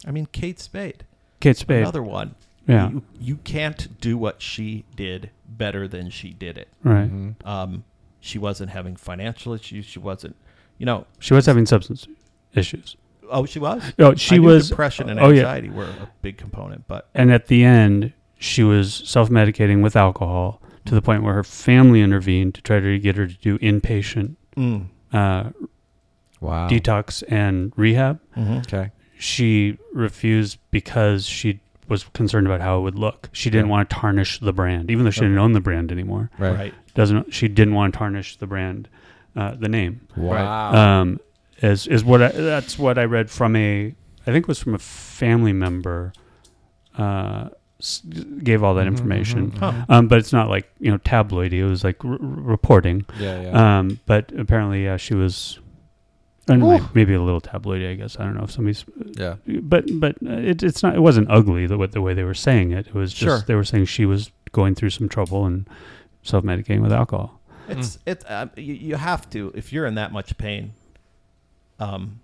Speaker 5: I mean, Kate Spade,
Speaker 4: Kate Spade.
Speaker 5: another one.
Speaker 4: Yeah.
Speaker 5: You, you can't do what she did better than she did it.
Speaker 4: right.
Speaker 5: Um, she wasn't having financial issues. She wasn't, you know.
Speaker 4: She was having substance issues,
Speaker 5: Oh, she was.
Speaker 4: Oh, she
Speaker 5: I knew
Speaker 4: was-
Speaker 5: Depression and
Speaker 4: oh, yeah.
Speaker 5: anxiety were a big component, but
Speaker 4: and at the end, she was self-medicating with alcohol to the point where her family intervened to try to get her to do inpatient uh,
Speaker 1: Wow.
Speaker 4: detox and rehab.
Speaker 1: Okay.
Speaker 4: She refused because she was concerned about how it would look. She didn't want to tarnish the brand, even though she didn't own the brand anymore.
Speaker 1: Right.
Speaker 5: right.
Speaker 4: Doesn't she didn't want to tarnish the brand, uh, the name.
Speaker 1: Wow.
Speaker 4: um, is is what I, that's what I read from a I think it was from a family member uh, s- gave all that
Speaker 1: Mm-hmm,
Speaker 4: information, um, but it's not like you know tabloidy. It was like r- r- reporting,
Speaker 1: yeah. Yeah.
Speaker 4: um, but apparently yeah, she was. And like maybe a little tabloidy, I guess. I don't know if somebody's,
Speaker 1: yeah.
Speaker 4: but but uh, it, it's not. It wasn't ugly the way the way they were saying it. It was just
Speaker 5: Sure.
Speaker 4: they were saying she was going through some trouble and self medicating with alcohol.
Speaker 5: It's
Speaker 4: Mm.
Speaker 5: it. Um, you, you have to if you're in that much pain. Um,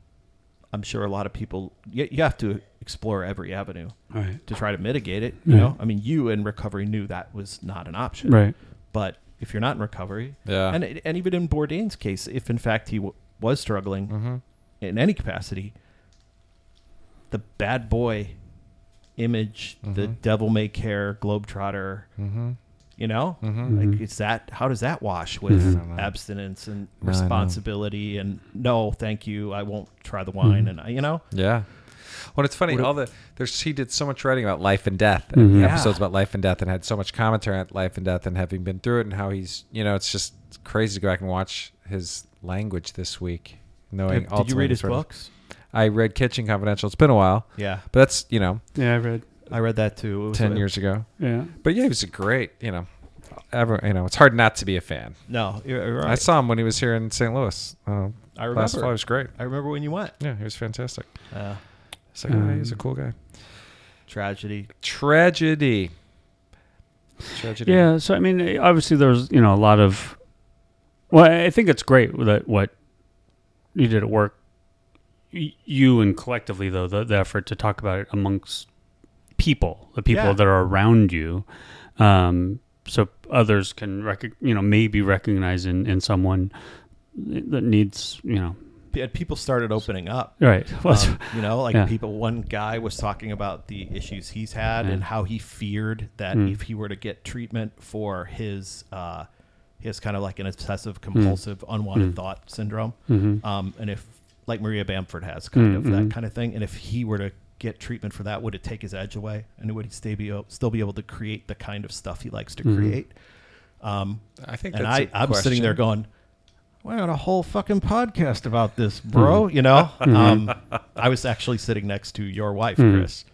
Speaker 5: I'm sure a lot of people. You, you have to explore every avenue
Speaker 4: Right.
Speaker 5: to try to mitigate it. You
Speaker 4: Yeah.
Speaker 5: know, I mean, you in recovery knew that was not an option.
Speaker 4: Right.
Speaker 5: But if you're not in recovery,
Speaker 1: Yeah.
Speaker 5: and it- and even in Bourdain's case, if in fact he w- was struggling
Speaker 1: Mm-hmm.
Speaker 5: in any capacity, the bad boy image,
Speaker 1: Mm-hmm.
Speaker 5: the devil may care globetrotter. You know,
Speaker 1: Mm-hmm.
Speaker 4: Mm-hmm.
Speaker 5: like is that how does that wash with abstinence and responsibility and no, thank you, I won't try the
Speaker 4: Mm-hmm.
Speaker 5: wine and I you know,
Speaker 1: Yeah. Well, it's funny. All the there's he did so much writing about life and death, and episodes about life and death, and had so much commentary on life and death, and having been through it, and how he's you know it's just crazy to go back and watch his language this week, knowing.
Speaker 5: did, did you read
Speaker 1: ultimately
Speaker 5: his
Speaker 1: sort of-
Speaker 5: books?
Speaker 1: I read Kitchen Confidential. It's been a while,
Speaker 5: Yeah,
Speaker 1: but that's you know
Speaker 4: Yeah, I read.
Speaker 5: I read that too. It was
Speaker 1: ten
Speaker 5: a-
Speaker 1: years ago.
Speaker 4: Yeah.
Speaker 1: But yeah, he was a great you know. Ever, you know, it's hard not to be a fan.
Speaker 5: No, you're, you're right.
Speaker 1: I saw him when he was here in St. Louis. Uh,
Speaker 5: I
Speaker 1: last fall,
Speaker 5: remember.
Speaker 1: he was great.
Speaker 5: I remember when you went.
Speaker 1: Yeah, he was fantastic.
Speaker 5: Uh,
Speaker 1: It's like, oh, he's a cool guy.
Speaker 5: tragedy.
Speaker 1: Tragedy. Tragedy.
Speaker 4: Yeah, so I mean, eh, obviously there's you know a lot of. Well, I I think it's great that what you did at work, y- you and collectively though the, the effort to talk about it amongst people, the people
Speaker 5: Yeah.
Speaker 4: that are around you, um, so others can rec- you know maybe recognize in in someone that needs you know
Speaker 5: And people started opening up.
Speaker 4: right. Well,
Speaker 5: Um, you know, like
Speaker 4: Yeah.
Speaker 5: people. One guy was talking about the issues he's had and how he feared that if he were to get treatment for his uh, his kind of like an obsessive compulsive unwanted thought syndrome, um, and if like Maria Bamford has kind of that kind of thing, and if he were to get treatment for that, would it take his edge away, and would he stay be, still be able to create the kind of stuff he likes to create? Um,
Speaker 1: I think
Speaker 5: and
Speaker 1: that's
Speaker 5: I,
Speaker 1: a
Speaker 5: I'm sitting there
Speaker 1: question.
Speaker 5: going, we're on a whole fucking podcast about this, bro. You know, um, I was actually sitting next to your wife, Chris,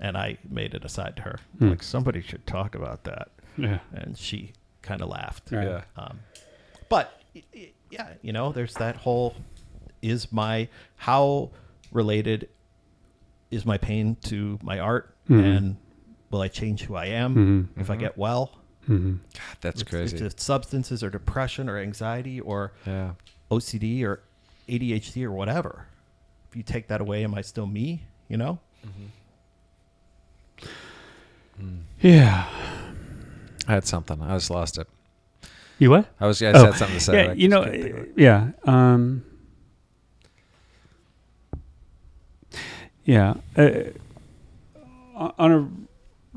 Speaker 5: and I made it aside to her. Like, somebody should talk about that.
Speaker 4: Yeah.
Speaker 5: And she kind of laughed.
Speaker 1: Yeah.
Speaker 5: Um, but y- y- yeah, you know, there's that whole is my how related is my pain to my art and will I change who I am if
Speaker 1: Mm-hmm.
Speaker 5: I get well?
Speaker 1: God, that's
Speaker 5: If-
Speaker 1: crazy.
Speaker 5: If it's substances or depression or anxiety or
Speaker 1: yeah.
Speaker 5: OCD or ADHD or whatever. If you take that away, am I still me? You know?
Speaker 4: Yeah.
Speaker 1: I had something. I just lost it.
Speaker 4: You what?
Speaker 1: I was. I
Speaker 4: Oh,
Speaker 1: had something to say. but
Speaker 4: Yeah,
Speaker 1: I
Speaker 4: you
Speaker 1: just
Speaker 4: know,
Speaker 1: couldn't think of
Speaker 4: uh,
Speaker 1: it.
Speaker 4: yeah, um, yeah. Uh, o- on a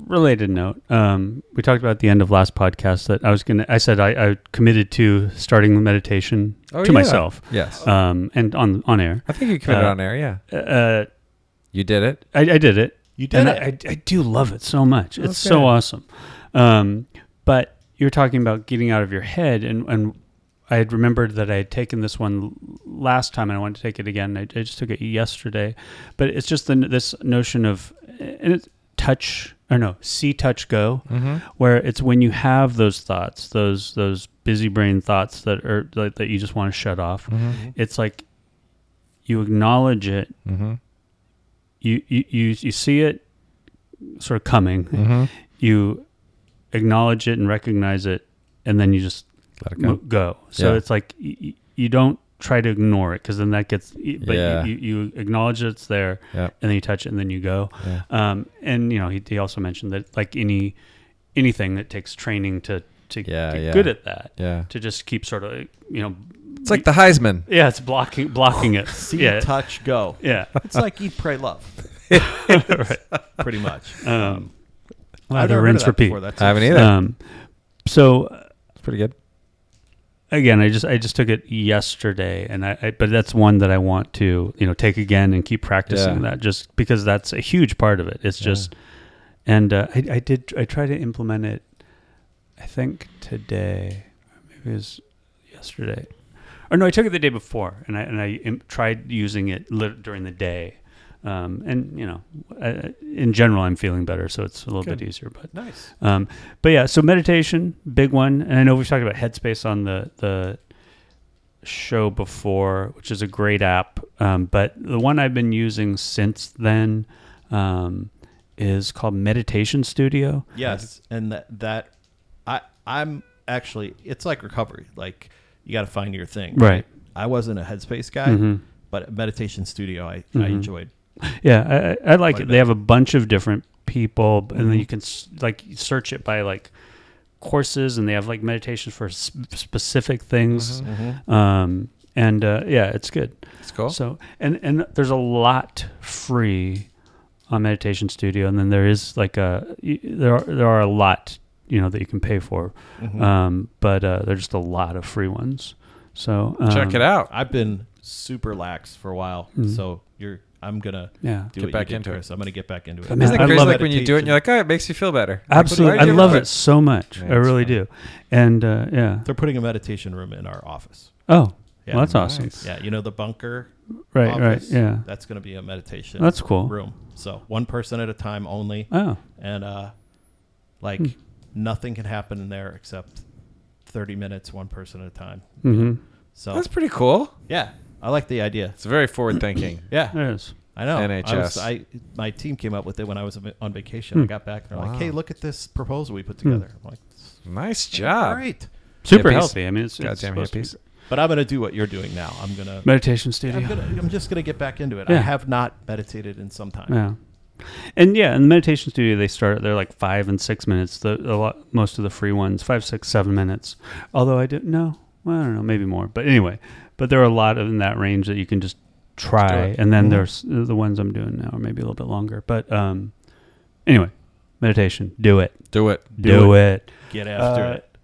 Speaker 4: related note, um, we talked about at the end of last podcast that I was gonna. I said I, I committed to starting the meditation
Speaker 1: Oh,
Speaker 4: to
Speaker 1: yeah.
Speaker 4: myself,
Speaker 1: Yes.
Speaker 4: um, and on on air.
Speaker 1: I think you committed
Speaker 4: uh,
Speaker 1: on air. Yeah.
Speaker 4: Uh,
Speaker 1: You did it.
Speaker 4: I, I did it.
Speaker 5: You did
Speaker 4: and
Speaker 5: it.
Speaker 4: I, I, I do love it so much. It's so
Speaker 1: Okay.
Speaker 4: awesome. Um, but you're talking about getting out of your head, and, and I had remembered that I had taken this one l- last time, and I wanted to take it again. I, I just took it yesterday, but it's just the, n- this notion of and it's touch or no see touch go,
Speaker 5: Mm-hmm.
Speaker 4: where it's when you have those thoughts, those those busy brain thoughts that are like, that you just want to shut off.
Speaker 5: Mm-hmm.
Speaker 4: It's like you acknowledge it
Speaker 1: Mm-hmm.
Speaker 4: you you you, you see it sort of coming.
Speaker 1: Mm-hmm.
Speaker 4: You acknowledge it and recognize it, and then you just
Speaker 1: Let it go.
Speaker 4: mo- go. So
Speaker 1: Yeah.
Speaker 4: it's like you, you don't try to ignore it because then that gets. y- But
Speaker 1: Yeah.
Speaker 4: you, you, you acknowledge it's there,
Speaker 1: Yeah.
Speaker 4: and then you touch it, and then you go. Um, and you know he, he also mentioned that like any anything that takes training to to
Speaker 1: Yeah,
Speaker 4: get
Speaker 1: yeah.
Speaker 4: good at that.
Speaker 1: Yeah.
Speaker 4: To just keep sort of you know.
Speaker 1: It's like the Heisman.
Speaker 4: Yeah, it's blocking blocking it.
Speaker 5: See,
Speaker 4: yeah.
Speaker 5: touch, go.
Speaker 4: Yeah.
Speaker 5: It's like eat, pray, love,
Speaker 4: right.
Speaker 5: pretty much.
Speaker 4: Um,
Speaker 5: I've
Speaker 4: lather,
Speaker 5: never heard of
Speaker 4: rinse,
Speaker 5: that
Speaker 4: repeat.
Speaker 5: before. That's
Speaker 1: I haven't
Speaker 5: interesting.
Speaker 1: either.
Speaker 4: Um, so uh,
Speaker 1: it's pretty good.
Speaker 4: again, I just I just took it yesterday, and I, I but that's one that I want to you know take again and keep practicing
Speaker 1: Yeah.
Speaker 4: that just because that's a huge part of it. It's just, and uh, I, I did I tried to implement it, I think today, or maybe it was yesterday, or no, I took it the day before, and I and I im- tried using it lit during the day. Um, and you know, I, in general, I'm feeling better, so it's a little bit easier. But
Speaker 5: Nice.
Speaker 4: um, but yeah, so meditation, big one. And I know we've talked about Headspace on the the show before, which is a great app. Um, but the one I've been using since then um, is called Meditation Studio.
Speaker 5: Yes, and that that I I'm actually it's like recovery. Like you got to find your thing.
Speaker 4: Right. Mm-hmm.
Speaker 5: I wasn't a headspace guy, but at meditation studio I, I enjoyed.
Speaker 4: Yeah, I- I, I like
Speaker 5: Quite a
Speaker 4: it. They
Speaker 5: bit.
Speaker 4: have a bunch of different people, b- and then you can s- like search it by like courses, and they have like meditations for s- specific things. Um, and uh, yeah, it's good.
Speaker 1: It's cool.
Speaker 4: So and and there's a lot free on Meditation Studio, and then there is like a y- there are, there are a lot you know that you can pay for, um, but uh, there's just a lot of free ones. So um,
Speaker 1: Check it out.
Speaker 5: I've been super lax for a while, so you're I'm gonna
Speaker 4: Mm-hmm. Yeah.
Speaker 5: do
Speaker 4: Get
Speaker 5: what
Speaker 1: back
Speaker 5: you did,
Speaker 1: into it.
Speaker 5: Chris. I'm gonna get back into it.
Speaker 4: Isn't
Speaker 1: Isn't
Speaker 4: I
Speaker 1: it crazy?
Speaker 4: love
Speaker 1: Like when you do it, and you're
Speaker 5: meditation.
Speaker 1: like, "Oh, it makes you feel better." Like,
Speaker 4: Absolutely,
Speaker 1: why
Speaker 4: I
Speaker 1: do you
Speaker 4: love it so much. I
Speaker 1: it's
Speaker 4: really do, and uh, yeah.
Speaker 5: they're putting a meditation room in our office.
Speaker 4: Oh,
Speaker 5: Yeah.
Speaker 4: well, that's awesome.
Speaker 5: Yeah, you know the bunker.
Speaker 4: Right,
Speaker 5: office?
Speaker 4: right, yeah.
Speaker 5: That's gonna be a meditation.
Speaker 4: That's cool.
Speaker 5: Room. So one person at a time only.
Speaker 4: Oh,
Speaker 5: and uh, like
Speaker 4: Hmm.
Speaker 5: nothing can happen in there except 30 minutes one person at a time
Speaker 4: Mm-hmm.
Speaker 5: so
Speaker 1: That's pretty cool.
Speaker 5: yeah i like the idea
Speaker 1: It's very forward thinking.
Speaker 5: yeah
Speaker 4: there it is.
Speaker 5: i know I, was,
Speaker 1: NHS.
Speaker 5: I my team came up with it when i was on va- on vacation
Speaker 1: Hmm.
Speaker 5: i got back and they're like hey look at this proposal we put together i'm like
Speaker 1: nice job.
Speaker 5: great
Speaker 4: Super
Speaker 1: Hippies.
Speaker 4: healthy. I mean, it's, it's
Speaker 1: Goddamn
Speaker 4: supposed to be-
Speaker 1: hippies.
Speaker 5: but i'm gonna do what you're doing now i'm gonna
Speaker 4: Meditation Studio.
Speaker 5: I'm, gonna, I'm just gonna get back into it. I
Speaker 4: Yeah.
Speaker 5: have not meditated in some time.
Speaker 4: Yeah. And yeah, in the meditation studio, they start they're like five and six minutes. The a lot, most of the free ones, five, six, seven minutes. Although I didn't know, well, I don't know, maybe more. But anyway, but there are a lot of in that range that you can just try. And then there's uh, the ones I'm doing now, or maybe a little bit longer. But um, anyway, meditation, do it,
Speaker 1: Do it.
Speaker 4: do, it.
Speaker 5: Get after
Speaker 4: Uh,
Speaker 5: it.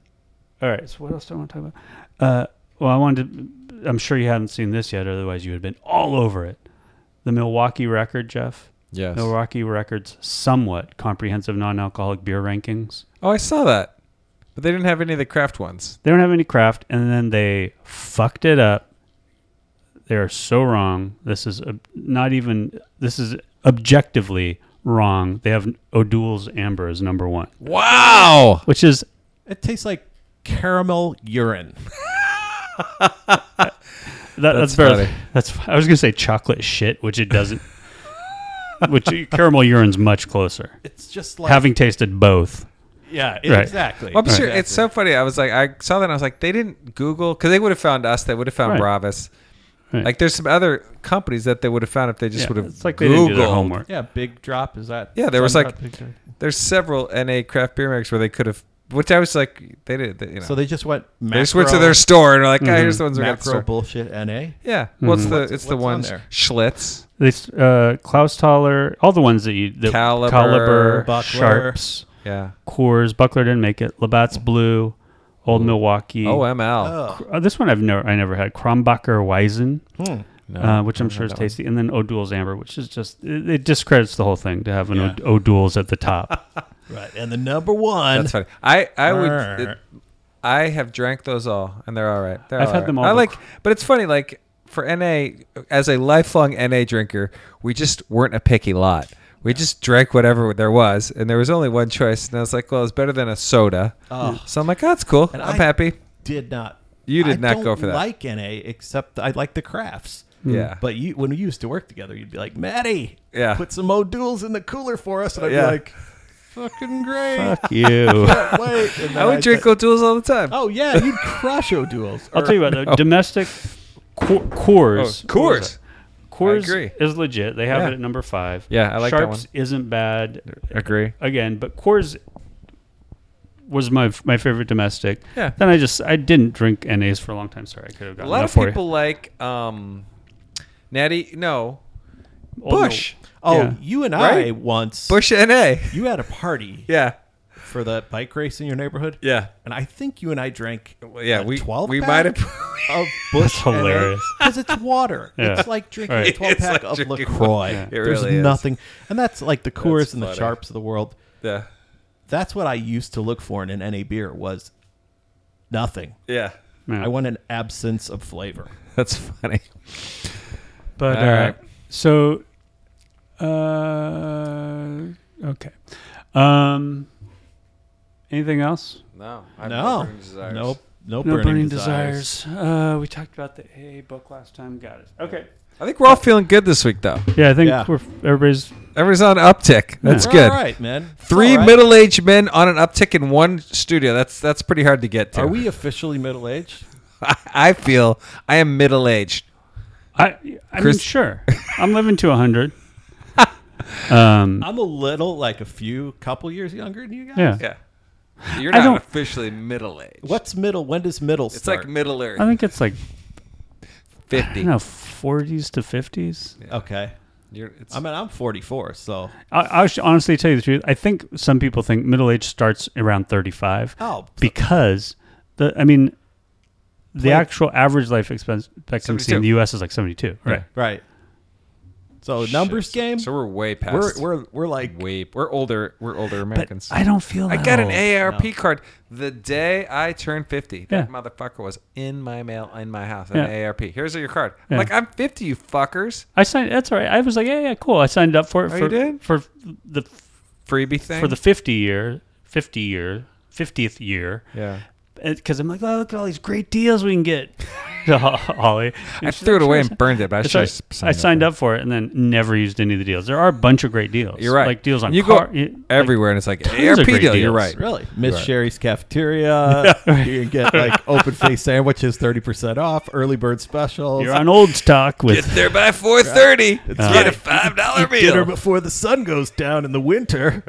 Speaker 4: All right. So what else do I want to talk about? Uh, well, I wanted. To, I'm sure you hadn't seen this yet, otherwise you would have been all over it. The Milwaukee record, Jeff.
Speaker 1: Yes.
Speaker 4: Milwaukee Records somewhat comprehensive non-alcoholic beer rankings.
Speaker 1: Oh, I saw that. But they didn't have any of the craft ones.
Speaker 4: They don't have any craft, and then they fucked it up. They are so wrong. This is ob- not even. This is objectively wrong. They have O'Doul's Amber as number one,
Speaker 1: Wow.
Speaker 4: which is
Speaker 5: It tastes like caramel urine.
Speaker 4: that,
Speaker 1: That's
Speaker 4: that's very.
Speaker 1: funny.
Speaker 4: That's I was gonna say chocolate shit, which it doesn't. which caramel urine's much closer.
Speaker 5: It's just like
Speaker 4: Having tasted both,
Speaker 5: yeah,
Speaker 4: right.
Speaker 5: exactly.
Speaker 1: Well, I'm sure it's so funny. I was like, I saw that and I was like, they didn't Google because they would have found us. They would have found
Speaker 4: Right.
Speaker 1: Bravis.
Speaker 4: Right.
Speaker 1: Like, there's some other companies that they would have found if they just
Speaker 5: Yeah,
Speaker 1: would have
Speaker 4: it's like they didn't do their
Speaker 1: Googled.
Speaker 4: homework.
Speaker 5: Yeah, big drop is that?
Speaker 1: Yeah, there was
Speaker 5: Sun
Speaker 1: like-
Speaker 5: Drop Big Drop?
Speaker 1: There's several NA craft beer makers where they could have, which I was like, they did. They, you know,
Speaker 5: So they just went. Macro,
Speaker 1: they just went to their store and were like,
Speaker 4: Mm-hmm.
Speaker 1: ah, here's the ones we got. at the
Speaker 5: macro
Speaker 1: store.
Speaker 5: bullshit. Na.
Speaker 1: Yeah. What's the? It's the
Speaker 5: what's on
Speaker 1: ones
Speaker 5: there?
Speaker 1: Schlitz.
Speaker 4: This uh, Klaus Toller, all the ones that you that
Speaker 1: Caliber,
Speaker 5: Buckler.
Speaker 4: Sharps,
Speaker 1: Yeah.
Speaker 4: Coors, Buckler didn't make it. Labatt's Blue, Old Milwaukee.
Speaker 1: OML.
Speaker 5: E. Oh,
Speaker 4: Uh, this one I've never I never had Krombacher Weizen, uh, which I'm sure is tasty, and then O'Doul's Amber, which is just it, it discredits the whole thing to have an
Speaker 5: Yeah.
Speaker 4: O- O'Doul's at the top.
Speaker 5: right. And the number one.
Speaker 1: That's funny. I I would.
Speaker 5: Brr.
Speaker 1: it- I have drank those all, and they're all right. They're
Speaker 4: I've
Speaker 1: all
Speaker 4: had
Speaker 1: right.
Speaker 4: them all,
Speaker 1: I
Speaker 4: but-
Speaker 1: like, but it's funny. Like for NA, as a lifelong NA drinker, we just weren't a picky lot. We just drank whatever there was, and there was only one choice. And I was like, well, it's better than a soda.
Speaker 5: Oh.
Speaker 1: So I'm like, "Ah, that's cool.
Speaker 5: And
Speaker 1: I'm
Speaker 5: I-
Speaker 1: happy.
Speaker 5: Did not.
Speaker 1: You did
Speaker 5: I
Speaker 1: not
Speaker 5: don't
Speaker 1: go for that.
Speaker 5: Like Na, except I like the crafts.
Speaker 4: Hmm.
Speaker 1: Yeah.
Speaker 5: But you, when we used to work together, you'd be like, Maddie,
Speaker 1: Yeah.
Speaker 5: put some O'Doul's in the cooler for us, and I'd
Speaker 1: Yeah.
Speaker 5: be like, fucking great.
Speaker 4: Fuck you.
Speaker 5: Wait. And then
Speaker 1: I would
Speaker 5: I'd
Speaker 1: drink
Speaker 5: be-
Speaker 1: O'Doul's all the time.
Speaker 5: Oh yeah, you'd crush O'Doul's.
Speaker 4: I'll
Speaker 5: Or-
Speaker 4: tell you what, though, domestic Co- Coors.
Speaker 1: Oh, Coors.
Speaker 4: Coors
Speaker 1: I agree.
Speaker 4: is legit. They have
Speaker 1: Yeah.
Speaker 4: it at number five.
Speaker 1: Yeah, I like that
Speaker 4: Sharps
Speaker 1: one.
Speaker 4: isn't bad
Speaker 1: Agree.
Speaker 4: again, but Coors was my my favorite domestic.
Speaker 1: Yeah.
Speaker 4: Then I just I didn't drink NAs for a long time. Sorry, I could have
Speaker 1: A
Speaker 4: gotten
Speaker 1: lot
Speaker 4: that
Speaker 1: of
Speaker 4: for
Speaker 1: people like um, Natty. No,
Speaker 4: you. Old Mil-
Speaker 1: Bush.
Speaker 5: Oh,
Speaker 4: Yeah.
Speaker 5: you and I
Speaker 1: Right?
Speaker 5: once
Speaker 1: Bush NA.
Speaker 5: you had a party
Speaker 1: Yeah.
Speaker 5: for the bike race in your neighborhood.
Speaker 1: Yeah.
Speaker 5: And I think you and I drank
Speaker 1: Well, yeah,
Speaker 5: a
Speaker 1: we
Speaker 5: 12
Speaker 1: we
Speaker 5: pack
Speaker 1: might have
Speaker 5: of Bush.
Speaker 4: hilarious.
Speaker 5: Because it's water.
Speaker 4: Yeah.
Speaker 5: It's like drinking a
Speaker 4: Right.
Speaker 5: 12
Speaker 1: It's
Speaker 5: pack
Speaker 1: like
Speaker 5: of
Speaker 1: drinking
Speaker 5: LaCroix.
Speaker 1: water. Yeah. It
Speaker 5: There's
Speaker 1: really is.
Speaker 5: nothing. And that's like the Coors
Speaker 1: That's
Speaker 5: and the
Speaker 1: funny.
Speaker 5: Sharps of the world.
Speaker 1: yeah.
Speaker 5: That's what I used to look for in an NA beer was nothing.
Speaker 1: Yeah.
Speaker 4: Yeah.
Speaker 5: I want an absence of flavor.
Speaker 1: That's funny.
Speaker 4: But
Speaker 1: All
Speaker 4: uh,
Speaker 1: right.
Speaker 4: so, uh, okay. Um, anything else?
Speaker 1: No.
Speaker 5: No. Nope. No,
Speaker 4: No
Speaker 5: burning,
Speaker 4: burning,
Speaker 5: desires.
Speaker 4: desires. Uh, we talked about the AA book last time. Got it. Okay.
Speaker 1: I think we're all feeling good this week, though.
Speaker 4: Yeah, I think
Speaker 5: Yeah.
Speaker 4: we're everybody's.
Speaker 1: Everyone's on an uptick. That's
Speaker 5: We're
Speaker 1: good.
Speaker 5: All right, man. It's
Speaker 1: Three
Speaker 5: all right.
Speaker 1: middle-aged men on an uptick in one studio. That's that's pretty hard to get to.
Speaker 5: Are we officially middle aged?
Speaker 1: I, I feel I am middle-aged.
Speaker 4: I I mean,
Speaker 1: Chris-
Speaker 4: sure. I'm living to hundred. um.
Speaker 5: I'm a little like a few couple years younger than you guys.
Speaker 4: Yeah.
Speaker 1: Yeah. You're
Speaker 4: I don't-
Speaker 1: officially middle-aged.
Speaker 5: What's middle? When does middle
Speaker 1: It's
Speaker 5: start?
Speaker 1: like Middle Earth.
Speaker 4: I think it's like I
Speaker 1: 50.
Speaker 4: don't know, 40s to 50s.
Speaker 5: okay.
Speaker 1: You're, it's,
Speaker 5: I mean, I'm 44, so
Speaker 4: I, I'll sh- honestly tell you the truth. I think some people think middle age starts around 35
Speaker 5: oh,
Speaker 4: because the I mean the
Speaker 5: Wait.
Speaker 4: actual average life expense- expectancy in the
Speaker 1: 72.
Speaker 4: U.S. is like 72, right?
Speaker 5: right. So numbers game.
Speaker 1: so we're way
Speaker 5: we're,
Speaker 1: past.
Speaker 5: we're we're like
Speaker 1: way. We're older. We're older Americans.
Speaker 4: But I don't feel.
Speaker 1: I
Speaker 4: that
Speaker 1: got an
Speaker 4: old.
Speaker 1: AARP card the day I turned 50. That
Speaker 4: Yeah.
Speaker 1: motherfucker was in my mail, in my house, an
Speaker 4: Yeah.
Speaker 1: AARP. Here's your card.
Speaker 4: Yeah.
Speaker 1: Like, I'm 50, you fuckers.
Speaker 4: I signed. That's all right. I was like, yeah, yeah, cool. I signed up for it
Speaker 1: Oh,
Speaker 4: for
Speaker 1: you did?
Speaker 4: for the
Speaker 1: Freebie thing.
Speaker 4: for the 50 year, 50 year, 50th year.
Speaker 1: yeah.
Speaker 4: because I'm like, oh, look at all these great deals we can get. to Ho- Holly,
Speaker 1: I threw it away and burned it, but I
Speaker 4: It's
Speaker 1: should
Speaker 4: all
Speaker 1: have
Speaker 4: right. Oh, I signed up for it and then never used any of the deals. There are a bunch of great deals.
Speaker 1: You're right.
Speaker 4: Like deals on
Speaker 1: you
Speaker 4: car.
Speaker 1: go
Speaker 4: you- like-
Speaker 1: everywhere, and it's like
Speaker 4: tons
Speaker 1: AARP deal.
Speaker 4: of great
Speaker 1: You're
Speaker 4: deals.
Speaker 1: right.
Speaker 5: really Miss Sherry's cafeteria. You can get like open face sandwiches, 30 percent off, early bird specials.
Speaker 4: You're on old stock
Speaker 1: Get
Speaker 4: with
Speaker 1: there by 4:30. Get a five dollar meal.
Speaker 5: dinner before the sun goes down in the winter.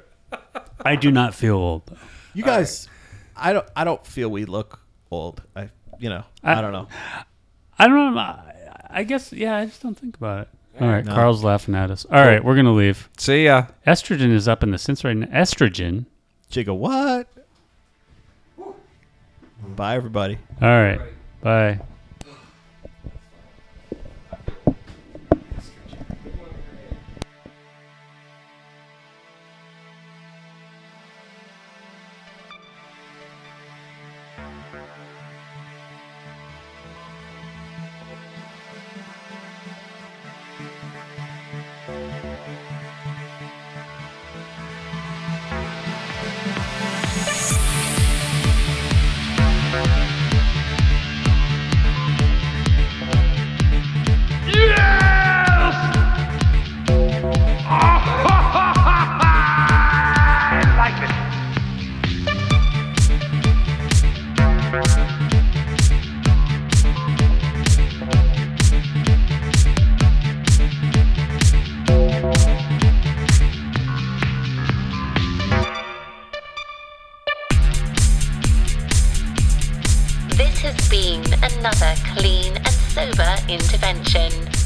Speaker 4: I do not feel old. though.
Speaker 5: You guys, I don't I don't feel we look old. I you know I, don't know.
Speaker 4: I don't know. I, I guess yeah. I just don't think about it. All right, Carl's laughing at us. All right, we're gonna leave.
Speaker 1: See ya.
Speaker 4: Estrogen is up in the sensory. Estrogen.
Speaker 5: Jigga what? Bye everybody.
Speaker 4: All right. Bye.
Speaker 2: another clean and sober intervention.